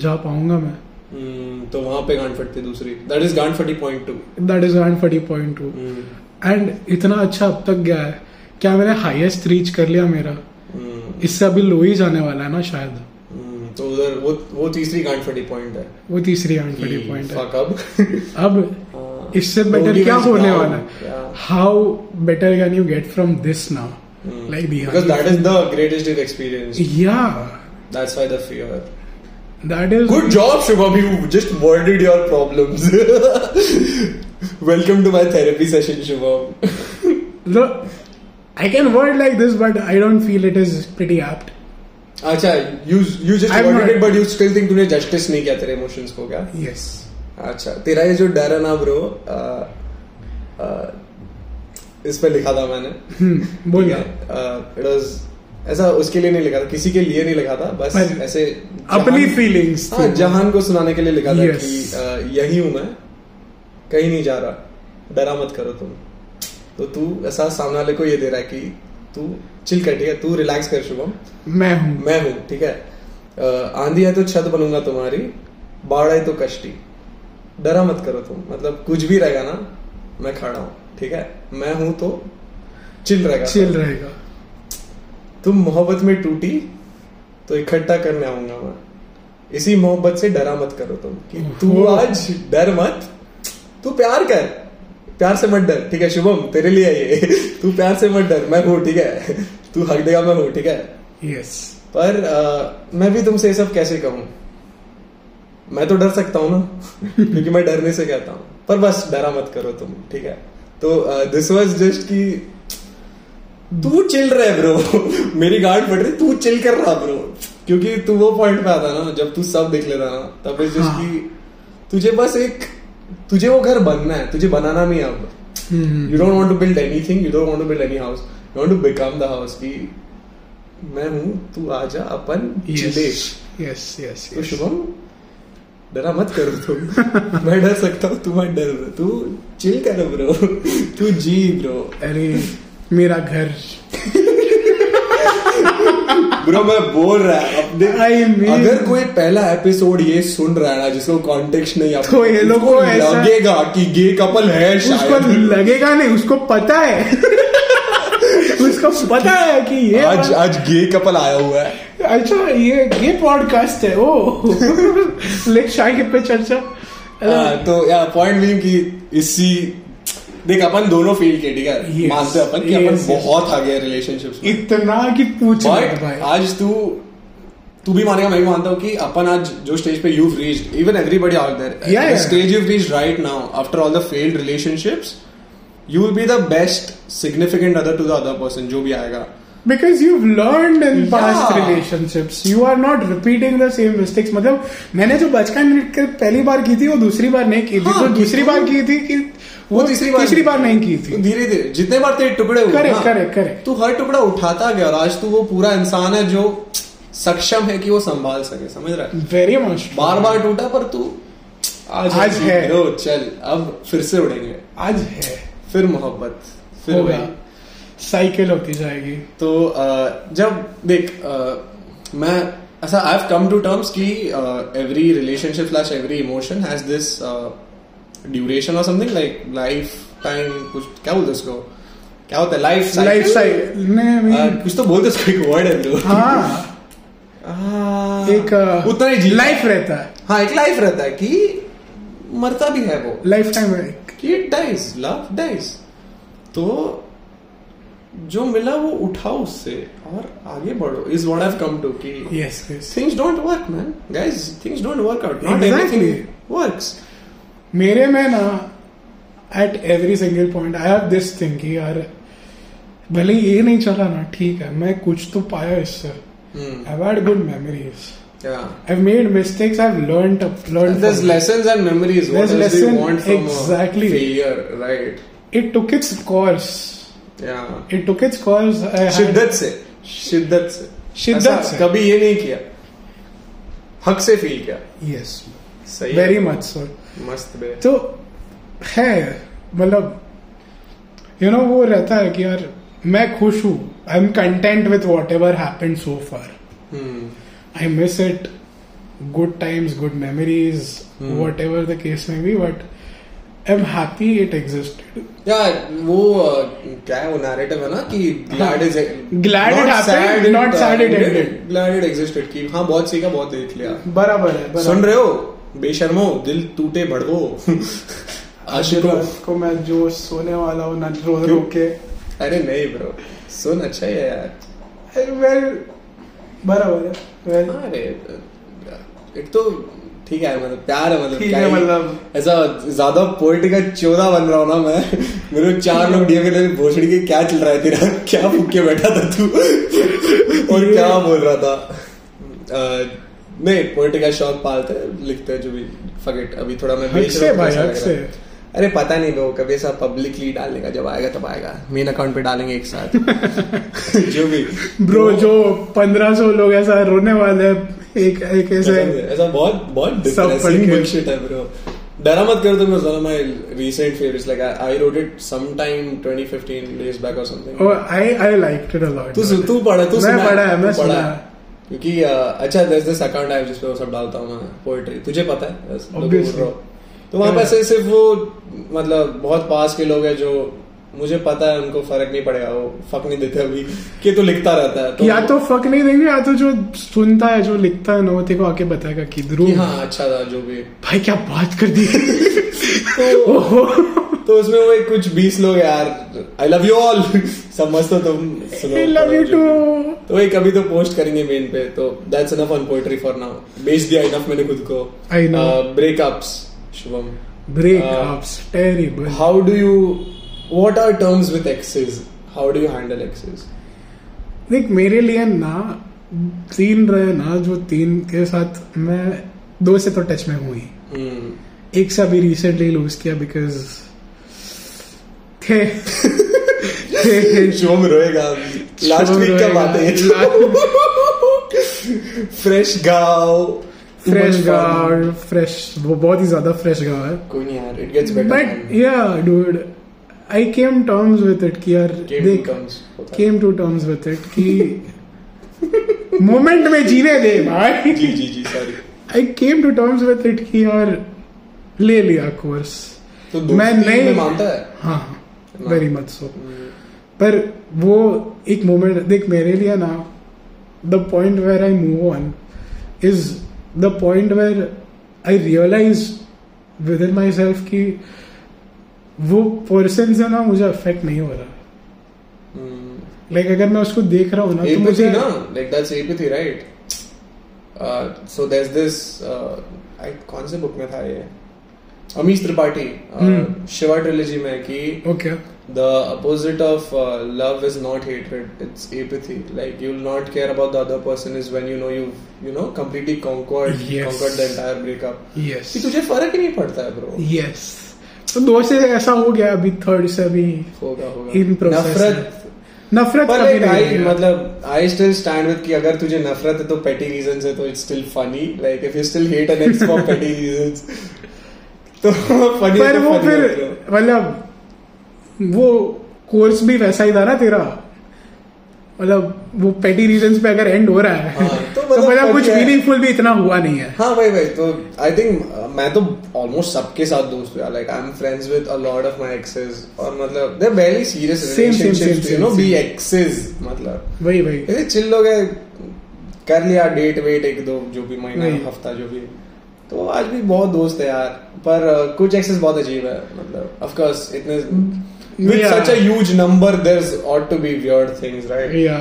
Speaker 1: जा पाऊंगा मैं
Speaker 2: हम्म तो वहां पे गांड फटती है दूसरी दैट इज गांड फटी हम्म, point two
Speaker 1: that is one forty point two and इतना अच्छा अब तक गया है क्या मैंने हाईएस्ट रीच कर लिया मेरा इससे अभी लो ही जाने वाला है ना शायद
Speaker 2: हम्म, तो उधर वो वो तीसरी गांड फटी पॉइंट है हम्म,
Speaker 1: वो तीसरी वन फोर्टी पॉइंट है
Speaker 2: फक अब
Speaker 1: अब इससे बेटर क्या होने वाला है how better can you get from this
Speaker 2: Hmm.
Speaker 1: Now like
Speaker 2: because that is the greatest experience
Speaker 1: या
Speaker 2: that's why the fear
Speaker 1: that is
Speaker 2: Good job, Shubham. You just worded your problems. Welcome to my therapy session, Shubham.
Speaker 1: the I can word like this, but I don't feel it is pretty apt.
Speaker 2: अच्छा you you just
Speaker 1: I'm
Speaker 2: worded
Speaker 1: not-
Speaker 2: it but you still think तूने justice नहीं किया तेरे emotions को क्या
Speaker 1: Yes.
Speaker 2: अच्छा तेरा ये जो डर है ना ब्रो इस पे लिखा था मैंने
Speaker 1: हम्म बोल रहा
Speaker 2: इट वाज ऐसा उसके लिए नहीं लिखा था किसी के लिए नहीं लिखा था बस
Speaker 1: पर-
Speaker 2: ऐसे
Speaker 1: अपनी तो
Speaker 2: जहान-
Speaker 1: फीलिंग्स
Speaker 2: हाँ जहान को सुनाने के लिए लिखा था
Speaker 1: Yes.
Speaker 2: कि अ, यही हूं मैं कहीं नहीं जा रहा डरा मत करो तुम तो तू ऐसा सामने वाले को ये दे रहा है कि तू चिल कर ठीक है तू रिलैक्स कर शुभम
Speaker 1: मैं हूँ
Speaker 2: मैं हूँ ठीक है अ, आंधी है तो छत बनूंगा तुम्हारी बाढ़ है तो कश्ती
Speaker 4: डरा मत करो तुम मतलब कुछ भी रहेगा ना मैं खड़ा हूँ ठीक है मैं हूं तो चिल रहेगा
Speaker 1: चिल रहेगा
Speaker 4: तुम मोहब्बत में टूटी तो इकट्ठा करने आऊंगा मैं इसी मोहब्बत से डरा मत करो तुम कि तू
Speaker 1: ओहो।
Speaker 4: आज डर मत तू प्यार कर प्यार से मत डर ठीक है शुभम तेरे लिए है ये तू प्यार से मत डर मैं हूँ ठीक है तू हक देगा मैं हूँ ठीक है
Speaker 1: यस
Speaker 4: पर अ, मैं भी तुमसे ये सब कैसे कहूँ मैं तो डर सकता हूँ ना क्योंकि मैं डरने से कहता हूँ पर बस डरा मत करो तुम ठीक है तो दिस वाज जस्ट कि तू चिल रहे ब्रो मेरी गार्ड फट रही तू चिल कर रहा ब्रो क्योंकि तू वो पॉइंट पे आता ना जब तू सब देख लेता ना तब इस जस्ट
Speaker 1: हाँ।
Speaker 4: कि तुझे बस एक तुझे वो घर बनना है तुझे बनाना नहीं है अब
Speaker 2: हम्म।
Speaker 4: you don't want to build anything you don't want to build any house you want to become the house कि मैं हूँ तू आजा अपन चिले
Speaker 1: यस यस
Speaker 4: तो शुभम डरा मत करो तुम मैं डर सकता हूँ तू मत डर bro. तू चिल करो ब्रो तू जी ब्रो
Speaker 1: अरे मेरा घर
Speaker 2: ब्रो मैं बोल रहा है अपने
Speaker 1: आई
Speaker 4: अगर कोई पहला एपिसोड ये सुन रहा है ना जिसको कॉन्टेक्स्ट नहीं आता
Speaker 1: तो ये लोग को ऐसा-
Speaker 4: लगेगा कि गे कपल है
Speaker 1: उसको
Speaker 4: शायद
Speaker 1: लगेगा नहीं उसको पता है उसको पता है कि ये
Speaker 4: आज आज गे कपल आया हुआ है
Speaker 1: अच्छा ये ये पॉडकास्ट है ओ लेक शाहिब पे चर्चा
Speaker 2: हाँ, तो या पॉइंट भी कि इसी देख अपन दोनों फील के ठीक है
Speaker 1: Yes,
Speaker 2: मानते हैं अपन कि अपन
Speaker 1: yes, yes.
Speaker 2: बहुत आगे रिलेशनशिप्स में
Speaker 1: इतना कि पूछ मत
Speaker 2: बट
Speaker 1: भाई
Speaker 2: आज तू तू भी मानेगा मैं भी मानता हूँ कि अपन आज जो स्टेज पे you reached even everybody out
Speaker 1: Yeah,
Speaker 2: there
Speaker 1: yeah.
Speaker 2: Stage you reached right now after all the failed relationships you will be the best significant other to the other person जो भी आएगा
Speaker 1: because you learn in
Speaker 2: Yeah.
Speaker 1: Past relationships you are not repeating the same mistakes मतलब मैंने जो बचपन में कर- पहली बार की थी वो दूसरी बार नहीं की थी
Speaker 2: हाँ,
Speaker 1: जो दूसरी बार की थी कि वो तीसरी बार तीसरी बार नहीं की थी
Speaker 2: धीरे धीरे जितने बार तेरे टुकड़े हुए
Speaker 1: Correct,
Speaker 2: ना,
Speaker 1: correct, correct.
Speaker 2: तू हर टुकड़ा उठाता गया और आज तू वो पूरा इंसान है जो सक्षम है कि वो संभाल सके समझ रहा है
Speaker 1: वेरी मच
Speaker 2: बार बार टूटा पर तू आज
Speaker 1: आज है।
Speaker 2: लो चल अब फिर से उड़ेंगे
Speaker 1: आज है
Speaker 2: फिर मोहब्बत फिर
Speaker 1: होगा
Speaker 2: वही
Speaker 1: साइकिल होती जाएगी
Speaker 2: तो अ, जब देख अ, मैं ऐसा I have come to terms कि uh, every relationship slash every emotion has this duration और समथिंग लाइक लाइफ टाइम कुछ क्या बोलते हैं उसको क्या होता है लाइफ
Speaker 1: लाइफ साइकिल नहीं नहीं।
Speaker 2: कुछ तो बोलते हैं उसको एक वर्ड है तो। bro.
Speaker 1: हाँ
Speaker 2: आ,
Speaker 1: एक uh, अ,
Speaker 2: उतना ही जी
Speaker 1: लाइफ रहता है
Speaker 2: हाँ एक लाइफ रहता है कि मरता भी है वो
Speaker 1: लाइफ टाइम
Speaker 2: कि it dies, love dies. तो जो मिला वो उठाओ उससे और आगे बढ़ो is what I come to कि
Speaker 1: yes yes
Speaker 2: things don't work man guys things don't work out not
Speaker 1: Exactly.
Speaker 2: Everything works
Speaker 1: मेरे में ना at every single point I have this thing कि यार भले ये नहीं चला ना ठीक है मैं कुछ तो पाया इससे
Speaker 2: Hmm,
Speaker 1: I had good memories
Speaker 2: या
Speaker 1: I made mistakes I learn learn
Speaker 2: There's lessons and memories.
Speaker 1: There's
Speaker 2: What else do
Speaker 1: lesson-
Speaker 2: you want from
Speaker 1: exactly.
Speaker 2: a failure, right?
Speaker 1: It took its course
Speaker 2: Yeah.
Speaker 1: It took its course
Speaker 2: शिद्दत से, शिद्दत से,
Speaker 1: शिद्दत
Speaker 2: ऐसा
Speaker 1: से।
Speaker 2: कभी ये नहीं किया. हक से फील किया.
Speaker 1: यस
Speaker 2: सही. है।
Speaker 1: वेरी मच सो
Speaker 2: मस्त बे.
Speaker 1: तो है मतलब यू नो वो रहता है कि यार मैं खुश हूँ I am content with whatever happen so far
Speaker 2: Hmm.
Speaker 1: I miss it good times good memories
Speaker 2: Hmm.
Speaker 1: Whatever the case may be but I am happy it existed
Speaker 2: यार वो अ, क्या है वो narrative है ना कि e- glad is
Speaker 1: Glad it हाँ। happened, not sad it ended.
Speaker 2: glad it existed कि हाँ बहुत सीखा बहुत देख लिया
Speaker 1: बराबर है
Speaker 2: सुन रहे हो बेशर्मो दिल टूटे भड़को आशिको
Speaker 1: को मैं जो सोने वाला हूँ ना रो
Speaker 2: क्यों?
Speaker 1: रो के
Speaker 2: अरे नहीं ब्रो सुन अच्छा ही है यार
Speaker 1: वेल बराबर है वेल
Speaker 2: हाँ, अरे एक तो ठीक है मतलब प्यार है मतलब
Speaker 1: ठीक
Speaker 2: क्या
Speaker 1: है,
Speaker 2: ही-
Speaker 1: मतलब।
Speaker 2: ऐसा ज्यादा पोइट्री का चौदह बन रहा हूँ ना मैं मेरे को चार लोग डीएम करते थे, भोसड़ी के क्या चल रहा है तेरा क्या फूक के बैठा था तू और
Speaker 1: ये-
Speaker 2: क्या बोल रहा था अह, नहीं पोइट्री का शौक पालते हैं, लिखते हैं जो भी फगेट अभी थोड़ा मैं
Speaker 1: हक
Speaker 2: बेच
Speaker 1: से
Speaker 2: रहा हूँ,
Speaker 1: भाई,
Speaker 2: ऐसा
Speaker 1: हक
Speaker 2: लग रहा है।
Speaker 1: से।
Speaker 2: अरे पता नहीं लोग कभी ऐसा पब्लिकली डालेगा जब आएगा तब आएगा मेन अकाउंट पे डालेंगे एक साथ जो भी
Speaker 1: ब्रो जो पंद्रह सौ लोग ऐसा रोने वाले हैं एक एक ऐसे
Speaker 2: खत्म है। ऐसा बहुत बहुत
Speaker 1: सब पढ़
Speaker 2: डिप्रेसिंग
Speaker 1: के-
Speaker 2: बुllshit है ब्रो eh, डरा मत करो तुम one of my recent favourites like I wrote it some time 2015 days back और something
Speaker 1: I I like it a lot
Speaker 2: तू सु- तू पढ़ा तू
Speaker 1: Oh, मैं
Speaker 2: सुना
Speaker 1: पढ़ा है,
Speaker 2: तू
Speaker 1: मैं
Speaker 2: पढ़ा
Speaker 1: सुना
Speaker 2: है। क्योंकि अ, अच्छा दिस दिस अकाउंट है जिस पे वो सब डालता हूं मैं पोएट्री तुझे पता है बस, लोगों को
Speaker 1: Obviously.
Speaker 2: बोल रहा हूं। तो वहाँ पे ऐसे सिर्फ वो मतलब बहुत पास के लोग हैं जो मुझे पता है उनको फर्क नहीं पड़ेगा वो फक नहीं देते अभी कि तो लिखता रहता है
Speaker 1: या तो फक नहीं देंगे या तो जो सुनता है जो लिखता है ना वो तेरे को आके बताएगा कि
Speaker 2: कि
Speaker 1: ध्रुव
Speaker 2: हाँ अच्छा था जो भी
Speaker 1: भाई क्या बात कर दी
Speaker 2: तो
Speaker 1: ओहो
Speaker 2: तो उसमें वो एक कुछ बीस लोग हैं यार आई लव यू ऑल समझते हो तुम सुनो
Speaker 1: आई लव यू टू
Speaker 2: तो एक अभी तो पोस्ट करेंगे मेन पे तो that's enough on poetry for now बेच दिया इनफ मैंने खुद को
Speaker 1: I know.
Speaker 2: Breakups Shubham
Speaker 1: breakups terrible
Speaker 2: how do you what are terms with access how do you handle access
Speaker 1: देख मेरे लिए ना तीन रहे ना जो तीन के साथ मैं दो से तो टच में हूँ ही
Speaker 2: Hmm.
Speaker 1: एक से अभी रिसेंटली लूज किया बिकॉज थे थे
Speaker 2: शुभम रोएगा लास्ट
Speaker 1: शुभम
Speaker 2: वीक का
Speaker 1: रोएगा।
Speaker 2: बात है तो. ये फ्रेश गाओ Oh
Speaker 1: फ्रेश गाँव फ्रेश वो बहुत ही ज्यादा फ्रेश गाँव है
Speaker 2: कोई नहीं यार इट गेट्स
Speaker 1: बट
Speaker 2: बेटर
Speaker 1: या dude I came terms with it कि यार देख
Speaker 2: जी
Speaker 1: came to terms with it कि मोमेंट में जीने दे भाई
Speaker 2: जी जी sorry
Speaker 1: I came to terms with it कि यार ले लिया कोर्स
Speaker 2: तो
Speaker 1: मैं
Speaker 2: दोस्ती
Speaker 1: नहीं-
Speaker 2: में मानता है
Speaker 1: हाँ
Speaker 2: हाँ।
Speaker 1: वेरी मच सो पर वो एक मोमेंट देख मेरे लिए ना the point where I move on is the point where I realise within myself कि वो पर्सन से ना मुझे अफेक्ट नहीं हो रहा
Speaker 2: Hmm.
Speaker 1: लाइक like, अगर मैं उसको देख रहा हूँ ना तो
Speaker 2: apathy
Speaker 1: मुझे
Speaker 2: ना like that's apathy right uh, so there's this uh, I, कौन से बुक में था ये अमीश त्रिपाठी
Speaker 1: हम्म।
Speaker 2: uh, शिवा ट्रिलॉजी में कि
Speaker 1: okay
Speaker 2: the opposite of uh, love is not hatred it's apathy like you'll not care about the other person is when you know you've you know completely conquered
Speaker 1: Yes.
Speaker 2: conquered the entire breakup
Speaker 1: yes
Speaker 2: कि तुझे फर्क ही नहीं पड़ता है bro
Speaker 1: yes तो दो से ऐसा हो गया अभी थर्ड से अभी
Speaker 2: होगा होगा
Speaker 1: In process है।
Speaker 2: नफरत
Speaker 1: नफरत
Speaker 2: पर
Speaker 1: कभी
Speaker 2: एक
Speaker 1: नहीं
Speaker 2: आई
Speaker 1: होगी।
Speaker 2: मतलब आई स्टिल स्टैंड विद कि अगर तुझे नफरत है तो पेटी रीजन है तो it's still funny like if you still hate an ex for petty reasons तो फनी
Speaker 1: पर वो फिर मतलब वो कोर्स भी वैसा ही था ना तेरा मतलब वो पेटी रीजंस पे अगर एंड हो रहा है
Speaker 2: हाँ,
Speaker 1: तो
Speaker 2: तो मतलब
Speaker 1: मतलब कुछ
Speaker 2: बढ़िया है।
Speaker 1: मीनिंगफुल भी इतना हुआ नहीं है
Speaker 2: हाँ भाई भाई तो आई थिंक मैं तो ऑलमोस्ट सबके साथ दोस्त हूँ like I am friends with a lot of my exes और मतलब they very serious
Speaker 1: Same, same, same,
Speaker 2: relationships you
Speaker 1: same,
Speaker 2: no be
Speaker 1: same.
Speaker 2: Exes मतलब
Speaker 1: वही वही
Speaker 2: ये चिल लोग हैं कर लिया डेट वेट एक दो जो भी महीना
Speaker 1: नहीं।
Speaker 2: हफ्ता जो भी तो आज भी बहुत दोस्त है यार पर अ, कुछ एक्सेस बहुत अजीब है मतलब ऑफ कोर्स इतने with
Speaker 1: Mm, Yeah.
Speaker 2: Such a huge number there is ought to be weird things right
Speaker 1: या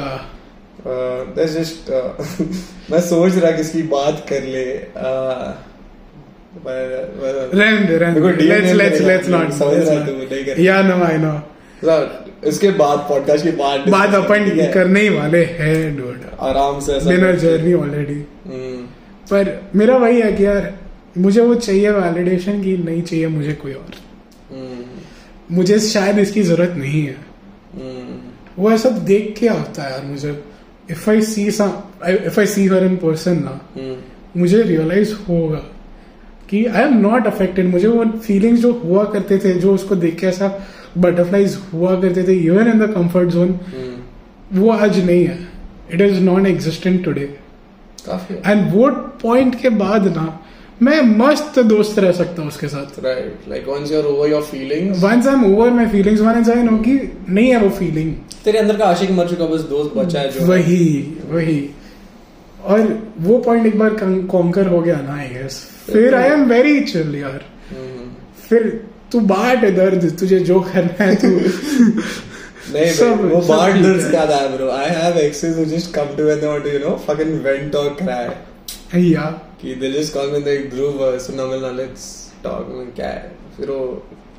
Speaker 2: दैट्स जस्ट uh, मैं सोच रहा किसकी बात कर ले uh, पर- पर-
Speaker 1: रेंड रेंड
Speaker 2: देखो, DM
Speaker 1: लेट्स
Speaker 2: नहीं
Speaker 1: लेट्स
Speaker 2: करेगा,
Speaker 1: लेट्स नॉट
Speaker 2: समझ रहा तू, नहीं करेगा।
Speaker 1: या नो आई नो
Speaker 2: सर, इसके बाद पॉडकास्ट के बाद
Speaker 1: बात अपन
Speaker 2: ठीक है?
Speaker 1: करने ही वाले हैं डूड
Speaker 2: आराम से ऐसा-
Speaker 1: डिनर जर्नी ऑलरेडी
Speaker 2: हम्म,
Speaker 1: पर मेरा वही है कि यार मुझे वो चाहिए वैलिडेशन की नहीं चाहिए मुझे कोई और
Speaker 2: हम्म,
Speaker 1: मुझे शायद इसकी जरूरत नहीं है
Speaker 2: हम्म।
Speaker 1: वो ऐसा देख के आता है यार मुझे if I see if I see her in person ना
Speaker 2: mm,
Speaker 1: मुझे रियलाइज होगा कि आई एम नॉट अफेक्टेड मुझे वो फीलिंग्स जो हुआ करते थे जो उसको देख के ऐसा बटरफ्लाईज हुआ करते थे even in the comfort zone
Speaker 2: mm।
Speaker 1: वो आज नहीं है it is non existent today
Speaker 2: काफी
Speaker 1: एंड वो पॉइंट के बाद ना मैं मस्त दोस्त रह सकता हूँ उसके साथ
Speaker 2: right like once you are over your feelings
Speaker 1: once I am over my feelings once I know कि नहीं है वो फीलिंग
Speaker 2: तेरे अंदर का आशिक मर चुका बस दोस्त बचा है जो
Speaker 1: वही वही और वो पॉइंट एक बार कॉन्कर हो गया ना आई गेस फिर आई एम वेरी चिल यार
Speaker 2: हम्म।
Speaker 1: फिर तू बाट दर्द तुझे जो करना है तू
Speaker 2: नहीं
Speaker 1: सब-
Speaker 2: भाई, वो
Speaker 1: सब
Speaker 2: बाढ़
Speaker 1: ठीक
Speaker 2: दर्द
Speaker 1: है।
Speaker 2: क्या था bro I have exes who just come to and want you know fucking vent और क्राई
Speaker 1: या
Speaker 2: कि they just call me like Dhruv uh, सुनना मिलना लेट्स टॉक में क्या है फिर वो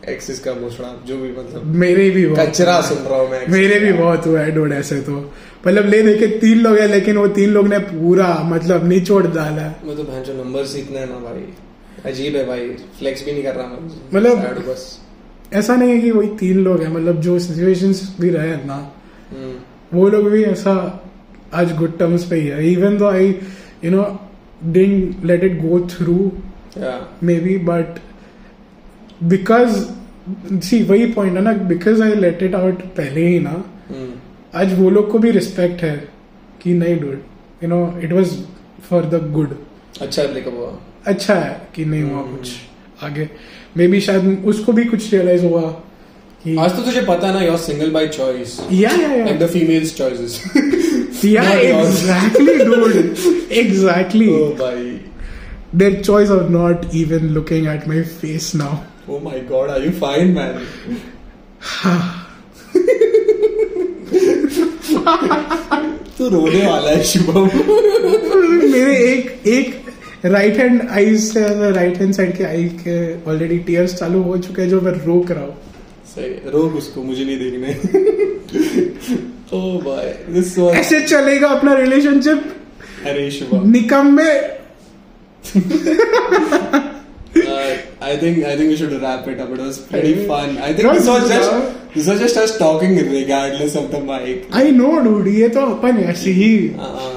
Speaker 2: एक्सेस का घोषणा जो भी मतलब
Speaker 1: मेरे भी बहुत
Speaker 2: कचरा सुन रहा हूँ मैं एक्सेस
Speaker 1: मेरे भी
Speaker 2: का।
Speaker 1: बहुत हुआ है डोड ऐसे तो मतलब ले देखे तीन लोग हैं लेकिन वो तीन लोग ने पूरा मतलब निचोड़ डाला है
Speaker 2: मैं तो बहन जो नंबर सीखना है ना भाई अजीब है भाई फ्लेक्स भी नहीं कर रहा मैं
Speaker 1: मतलब-
Speaker 2: Sad हूँ बस
Speaker 1: ऐसा नहीं है कि वही तीन लोग हैं मतलब जो सिचुएशंस भी रहे हैं ना
Speaker 2: हम्म,
Speaker 1: वो लोग भी ऐसा आज गुड टर्म्स पे ही है even though I you know didn't let it go through
Speaker 2: yeah.
Speaker 1: Maybe but because see वही पॉइंट है ना because I let it out पहले ही ना
Speaker 2: हम्म,
Speaker 1: आज वो लोग को भी रिस्पेक्ट है कि नहीं dude you know it was for the good
Speaker 2: अच्छा ब्रेकअप हुआ
Speaker 1: अच्छा है कि नहीं हुआ
Speaker 2: हम्म।
Speaker 1: कुछ आगे मे बी शायद उसको भी कुछ रियलाइज हुआ कि
Speaker 2: आज तो तुझे पता ना योर सिंगल बाय चॉइस
Speaker 1: या या या
Speaker 2: लाइक द फीमेल्स चॉइसेस
Speaker 1: या
Speaker 2: not yours. Oh.
Speaker 1: Exactly dude exactly
Speaker 2: ओ भाई
Speaker 1: their choice of not even looking at my face now.
Speaker 2: Oh my god are you fine man तू रोने वाला है शुभम
Speaker 1: मेरे एक एक right hand I say right hand side के आई के ऑलरेडी टीयर्स चालू हो चुके हैं जो मैं रोक रहा हूँ
Speaker 2: सही रोक उसको मुझे नहीं देखने Oh ओ भाई दिस वाज
Speaker 1: ऐसे चलेगा अपना रिलेशनशिप
Speaker 2: अरे शुभम
Speaker 1: निकम में
Speaker 2: Uh, I think I think we should wrap it up. It was pretty fun. I think
Speaker 1: No,
Speaker 2: this was
Speaker 1: yeah.
Speaker 2: just this was just us talking regardless of the mic.
Speaker 1: I know dude ये तो अपन ऐसे ही
Speaker 2: Uh,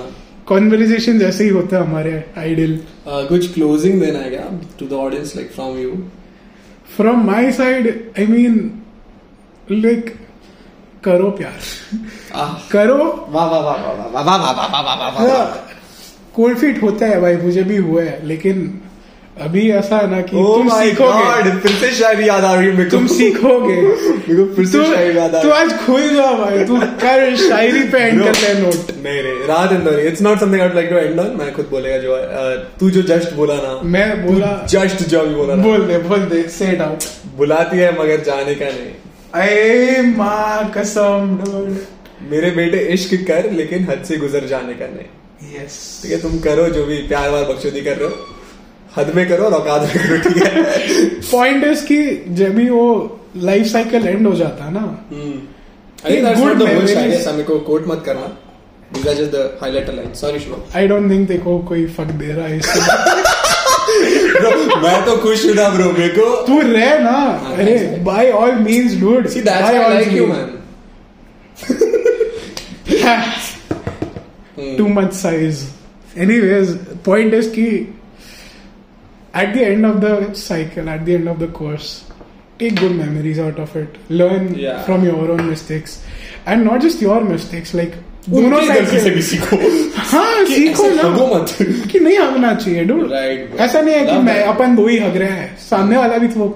Speaker 1: conversation ऐसे ही होता है हमारे idol
Speaker 2: uh, good closing then I guess to the audience like from you.
Speaker 1: From my side I mean like करो प्यार
Speaker 2: Ah,
Speaker 1: करो
Speaker 2: वाह वाह वाह वाह वाह वाह वाह वाह वाह वाह वाह
Speaker 1: कोल्ड फीट हाँ, होता है भाई मुझे भी हुआ है लेकिन अभी ऐसा है ना कि
Speaker 2: Oh
Speaker 1: तुम
Speaker 2: my
Speaker 1: सीखोगे
Speaker 2: God! फिर से शायरी याद आ रही है मेरे को
Speaker 1: तुम तो- सीखोगे
Speaker 2: मेरे को
Speaker 1: तू
Speaker 2: फिर से शायरी याद आ
Speaker 1: तू
Speaker 2: रही है
Speaker 1: आज खुल जा भाई तू कर शायरी पे एंड
Speaker 2: No.
Speaker 1: कर ले नोट
Speaker 2: नहीं नहीं रात Indore it's not something I like to end on मैं खुद बोलेगा जो uh, तू जो जस्ट बोला ना
Speaker 1: मैं बोला
Speaker 2: जस्ट जो भी बोला ना
Speaker 1: बोल दे बोल दे सेट आउट
Speaker 2: बुलाती है मगर जाने का नहीं
Speaker 1: अरे माँ कसम डूड
Speaker 2: मेरे बेटे इश्क कर लेकिन हद से गुजर जाने का नहीं
Speaker 1: यस
Speaker 2: ठीक है तुम करो जो भी प्यार वार बख्शोदी कर रहे हो हद में करो और औकात में करो ठीक है
Speaker 1: पॉइंट इज कि जब भी वो लाइफ साइकिल एंड हो जाता है ना
Speaker 2: Hmm. I think that's
Speaker 1: Good
Speaker 2: not the whole
Speaker 1: memories.
Speaker 2: शायरी हमें को कोट मत करना this are just the highlighter line sorry Shubham
Speaker 1: I don't think देखो कोई फक दे रहा है इससे
Speaker 2: ब्रो मैं तो खुश हूं ना ब्रो मेरे को
Speaker 1: तू रह ना
Speaker 2: हाँ,
Speaker 1: अरे
Speaker 2: thanks, man.
Speaker 1: By all means dude
Speaker 2: see that's why I like you man Hmm.
Speaker 1: too much size. Anyways, point is key. At the end of the cycle, at the end of the course, take good memories out of it. Learn
Speaker 2: Yeah.
Speaker 1: from your own mistakes, and not just your mistakes. Like दोनों
Speaker 2: उनकी गलती से
Speaker 1: cycle-
Speaker 2: भी सीखो
Speaker 1: हाँ
Speaker 2: कि
Speaker 1: सीखो
Speaker 2: ऐसे
Speaker 1: ना
Speaker 2: हगो मत।
Speaker 1: कि नहीं हगना चाहिए dude.
Speaker 2: Right, bro.
Speaker 1: ऐसा नहीं है कि
Speaker 2: Love
Speaker 1: मैं
Speaker 2: that.
Speaker 1: अपन दो ही हग रहे हैं सामने वाला भी तो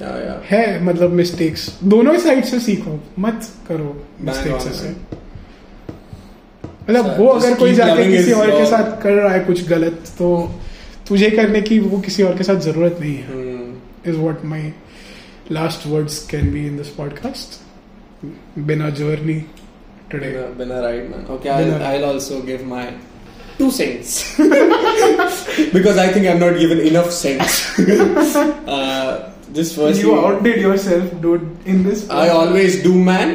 Speaker 2: या या
Speaker 1: है मतलब मिस्टेक्स दोनों ही साइड से सीखो मत करो
Speaker 2: Bang
Speaker 1: मिस्टेक्स
Speaker 2: on,
Speaker 1: ऐसे
Speaker 2: man.
Speaker 1: मतलब
Speaker 2: Sir,
Speaker 1: वो
Speaker 2: just
Speaker 1: अगर कोई
Speaker 2: keep
Speaker 1: जाके
Speaker 2: loving
Speaker 1: किसी
Speaker 2: is
Speaker 1: और के
Speaker 2: your-
Speaker 1: साथ कर रहा है कुछ गलत तो तुझे करने की वो किसी और के साथ जरूरत नहीं है
Speaker 2: Hmm.
Speaker 1: Is what my last words can be in this podcast बिना जर्नी टुडे
Speaker 2: बिना बिना right man okay
Speaker 1: Been
Speaker 2: I
Speaker 1: a-
Speaker 2: I also give my two cents because i think i'm not given enough cents uh, this first
Speaker 1: you outdid yourself dude in this
Speaker 2: I always do man.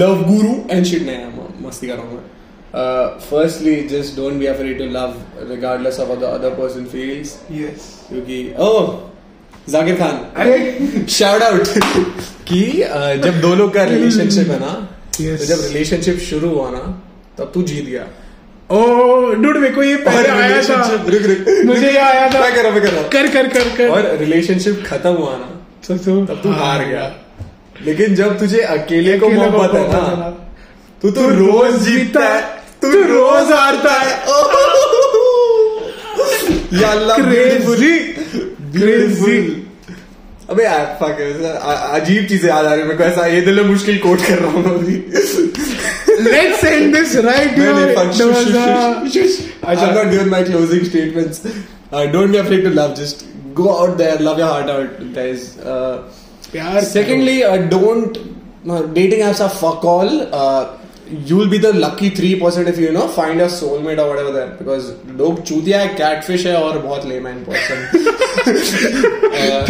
Speaker 2: love guru and shit. Nah, I'm masti kar raha hoon uh, Firstly, just don't be afraid to love regardless of what the other person feels.
Speaker 1: Yes
Speaker 2: क्योंकि oh Zakir Khan
Speaker 1: अरे
Speaker 2: shout out कि uh, जब दो लोग का relationship है ना
Speaker 1: Yes.
Speaker 2: तो जब relationship शुरू हुआ ना तब तू जीत गया
Speaker 1: ओ डूड मेरे को ये
Speaker 2: और
Speaker 1: पहले आया था
Speaker 2: relationship रुक रुक
Speaker 1: मुझे ये आया था।
Speaker 2: मैं कर रहा हूँ, मैं कर रहा हूँ।
Speaker 1: कर कर कर कर
Speaker 2: और रिलेशनशिप खत्म हुआ ना
Speaker 1: तो तू
Speaker 2: तब तू हार गया लेकिन जब तुझे अकेले को
Speaker 1: अकेले को
Speaker 2: मोहब्बत है
Speaker 1: मोहब्बत है
Speaker 2: ना
Speaker 1: ना।
Speaker 2: तू तो रोज जीतता है तू रोज हारता है या Allah beautiful,
Speaker 1: crazy crazy
Speaker 2: beautiful. अबे यार fuck it, आ- अजीब चीजें याद आ रही हैं मेरे को ऐसा ये दिल में मुश्किल कोट कर रहा हूँ मैं अभी।
Speaker 1: लेट्स एंड दिस राइट
Speaker 2: नहीं, नहीं, fuck, shush, shush,
Speaker 1: here
Speaker 2: shush, shush.
Speaker 1: अच्छा।
Speaker 2: I've not given my closing statements. Uh, don't be afraid to love. Just go out there, love your heart out, guys. Uh,
Speaker 1: प्यार
Speaker 2: Secondly, uh, don't uh, dating apps are fuck all. Uh, you'll be the lucky three percent if you, you know find a soulmate or whatever that because लोग चूतिया है catfish है और बहुत layman person.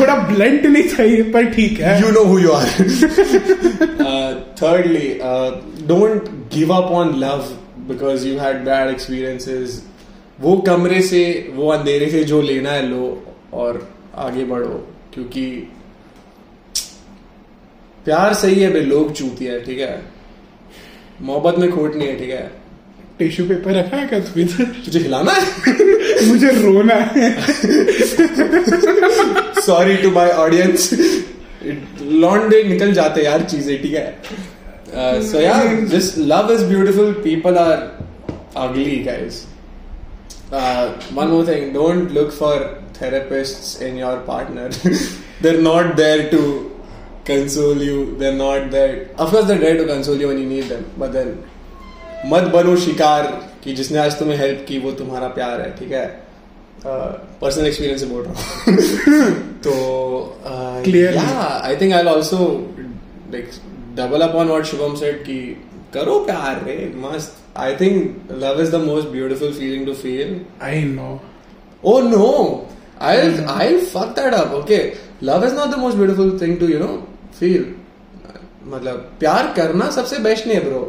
Speaker 1: थोड़ा blunt नहीं चाहिए पर ठीक है
Speaker 2: you know who you are. uh, thirdly, uh, don't give up on love because you had bad experiences. वो कमरे से वो अंधेरे से जो लेना है लो और आगे बढ़ो क्योंकि प्यार सही है बे लोग चूती है ठीक है मोहब्बत में खोट नहीं है ठीक है
Speaker 1: टिश्यू पेपर रखा है क्या तू इधर
Speaker 2: तुझे हिलाना है
Speaker 1: मुझे रोना है
Speaker 2: सॉरी टू माय ऑडियंस लॉन्डे निकल जाते यार चीजें ठीक है सो यार this love is beautiful people are Uh, अगली guys one more thing don't look for therapists in your partner. they're not there to console you. They're not there. Of course, they're there to console you when you need them. But then, मत बनो शिकार कि जिसने आज तुम्हें help की वो तुम्हारा प्यार है ठीक है पर्सनल एक्सपीरियंस से बोल रहा हूँ तो uh,
Speaker 1: Clearly.
Speaker 2: I think I also like double up on what Shubham said कि करो प्यार रे मस्त I think love is the most beautiful feeling to feel
Speaker 1: I know
Speaker 2: Oh no! I'll I'll fuck that up. Okay, love is not the most beautiful thing to you know feel. मतलब प्यार करना सबसे best नहीं है bro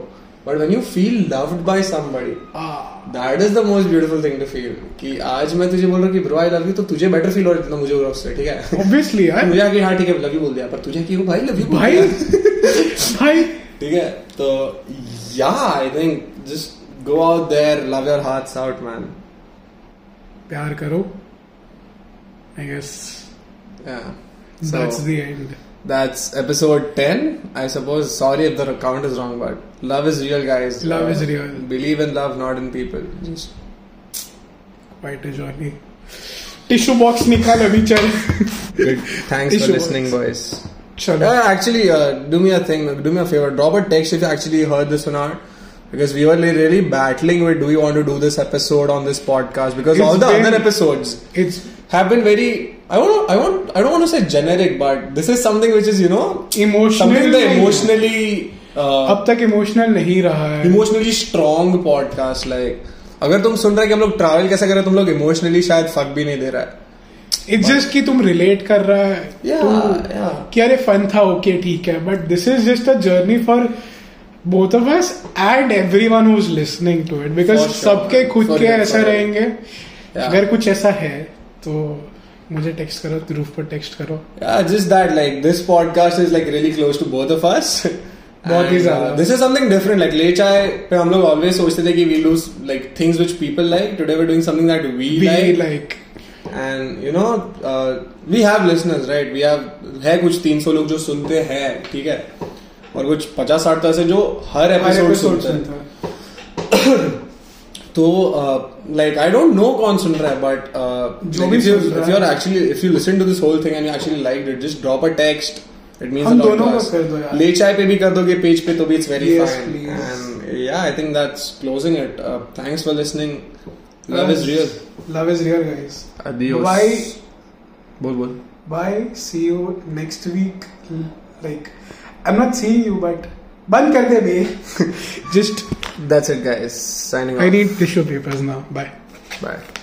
Speaker 2: but when you feel loved by somebody
Speaker 1: Ah.
Speaker 2: That is the most beautiful thing to feel कि आज मैं तुझे बोल रहा हूँ कि ब्रो आई लव यू तो तुझे बेटर फील हो रहा है जितना मुझे हो रहा है उससे ठीक है
Speaker 1: ऑब्वियसली यार
Speaker 2: मुझे आगे हाँ ठीक है लव यू बोल दिया पर तुझे कि वो भाई लव यू
Speaker 1: भाई भाई
Speaker 2: ठीक है तो या I think just go out there love your hearts out man
Speaker 1: प्यार करो I guess that's the end
Speaker 2: That's episode 10. I suppose, sorry if the count is wrong, but love is real, guys. Uh,
Speaker 1: Love is real.
Speaker 2: Believe in love, not in people. Just
Speaker 1: quite a journey tissue box निकाल अभी चल
Speaker 2: thanks for
Speaker 1: Issue
Speaker 2: listening, boys.
Speaker 1: चलो
Speaker 2: Uh, actually, uh, do me a thing, do me a favor. Drop a text if you actually heard this or not. Because we were li- really battling with do we want to do this episode on this podcast? Because all
Speaker 1: It's
Speaker 2: the
Speaker 1: been-
Speaker 2: other episodes
Speaker 1: it's
Speaker 2: have been very. I want. I want. I don't want to say generic, but this is something which is you know something
Speaker 1: emotional
Speaker 2: that emotionally. Uh,
Speaker 1: अब तक emotional नहीं रहा है
Speaker 2: emotionally strong podcast like अगर तुम सुन रहे कि हम लोग ट्रैवल कैसे कर रहे हैं तुम लोग इमोशनली शायद फक भी नहीं दे रहा है
Speaker 1: इट्स जस्ट कि तुम रिलेट कर रहा है
Speaker 2: Yeah,
Speaker 1: तुम-
Speaker 2: yeah.
Speaker 1: कि अरे फन था ओके ठीक है but this is just a journey for both of us and everyone who is listening to it because
Speaker 2: For sure,
Speaker 1: सबके
Speaker 2: man.
Speaker 1: खुद
Speaker 2: For
Speaker 1: के
Speaker 2: sure,
Speaker 1: ऐसा
Speaker 2: for sure.
Speaker 1: रहेंगे
Speaker 2: Yeah.
Speaker 1: अगर कुछ ऐसा है तो मुझे टेक्स्ट करो रूफ पर टेक्स्ट करो
Speaker 2: just that like this podcast is like really close to both of us
Speaker 1: बहुत ही ज्यादा।
Speaker 2: This is something different like ले चाय पे हम लोग ऑलवेज सोचते थे कि we lose like things which people like today we doing something that we
Speaker 1: be
Speaker 2: like
Speaker 1: like
Speaker 2: and you know uh, we have listeners right we have है कुछ 300 लोग जो सुनते हैं ठीक है और कुछ 50 60 ऐसे जो हर एपिसोड सुनते हैं तो uh, like I don't know कौन सुन रहा है uh, बट
Speaker 1: जो भी सुन रहा
Speaker 2: इफ
Speaker 1: है।
Speaker 2: You are actually if you listen to this whole thing and you actually like it just drop a text it
Speaker 1: हम
Speaker 2: मींस
Speaker 1: दोनों को कर दो यार।
Speaker 2: ले चाय पे भी कर दोगे पेज पे तो भी it's very
Speaker 1: Yes,
Speaker 2: fine
Speaker 1: please.
Speaker 2: And या I think that's closing it thanks for listening love is real
Speaker 1: love is real guys
Speaker 2: Adios.
Speaker 1: Bye
Speaker 2: बोल बोल
Speaker 1: Bye. See you next week. Like, I'm not seeing you, but बंद कर दे बे. Just
Speaker 2: that's it guys signing
Speaker 1: I need tissue papers now. Bye.
Speaker 2: Bye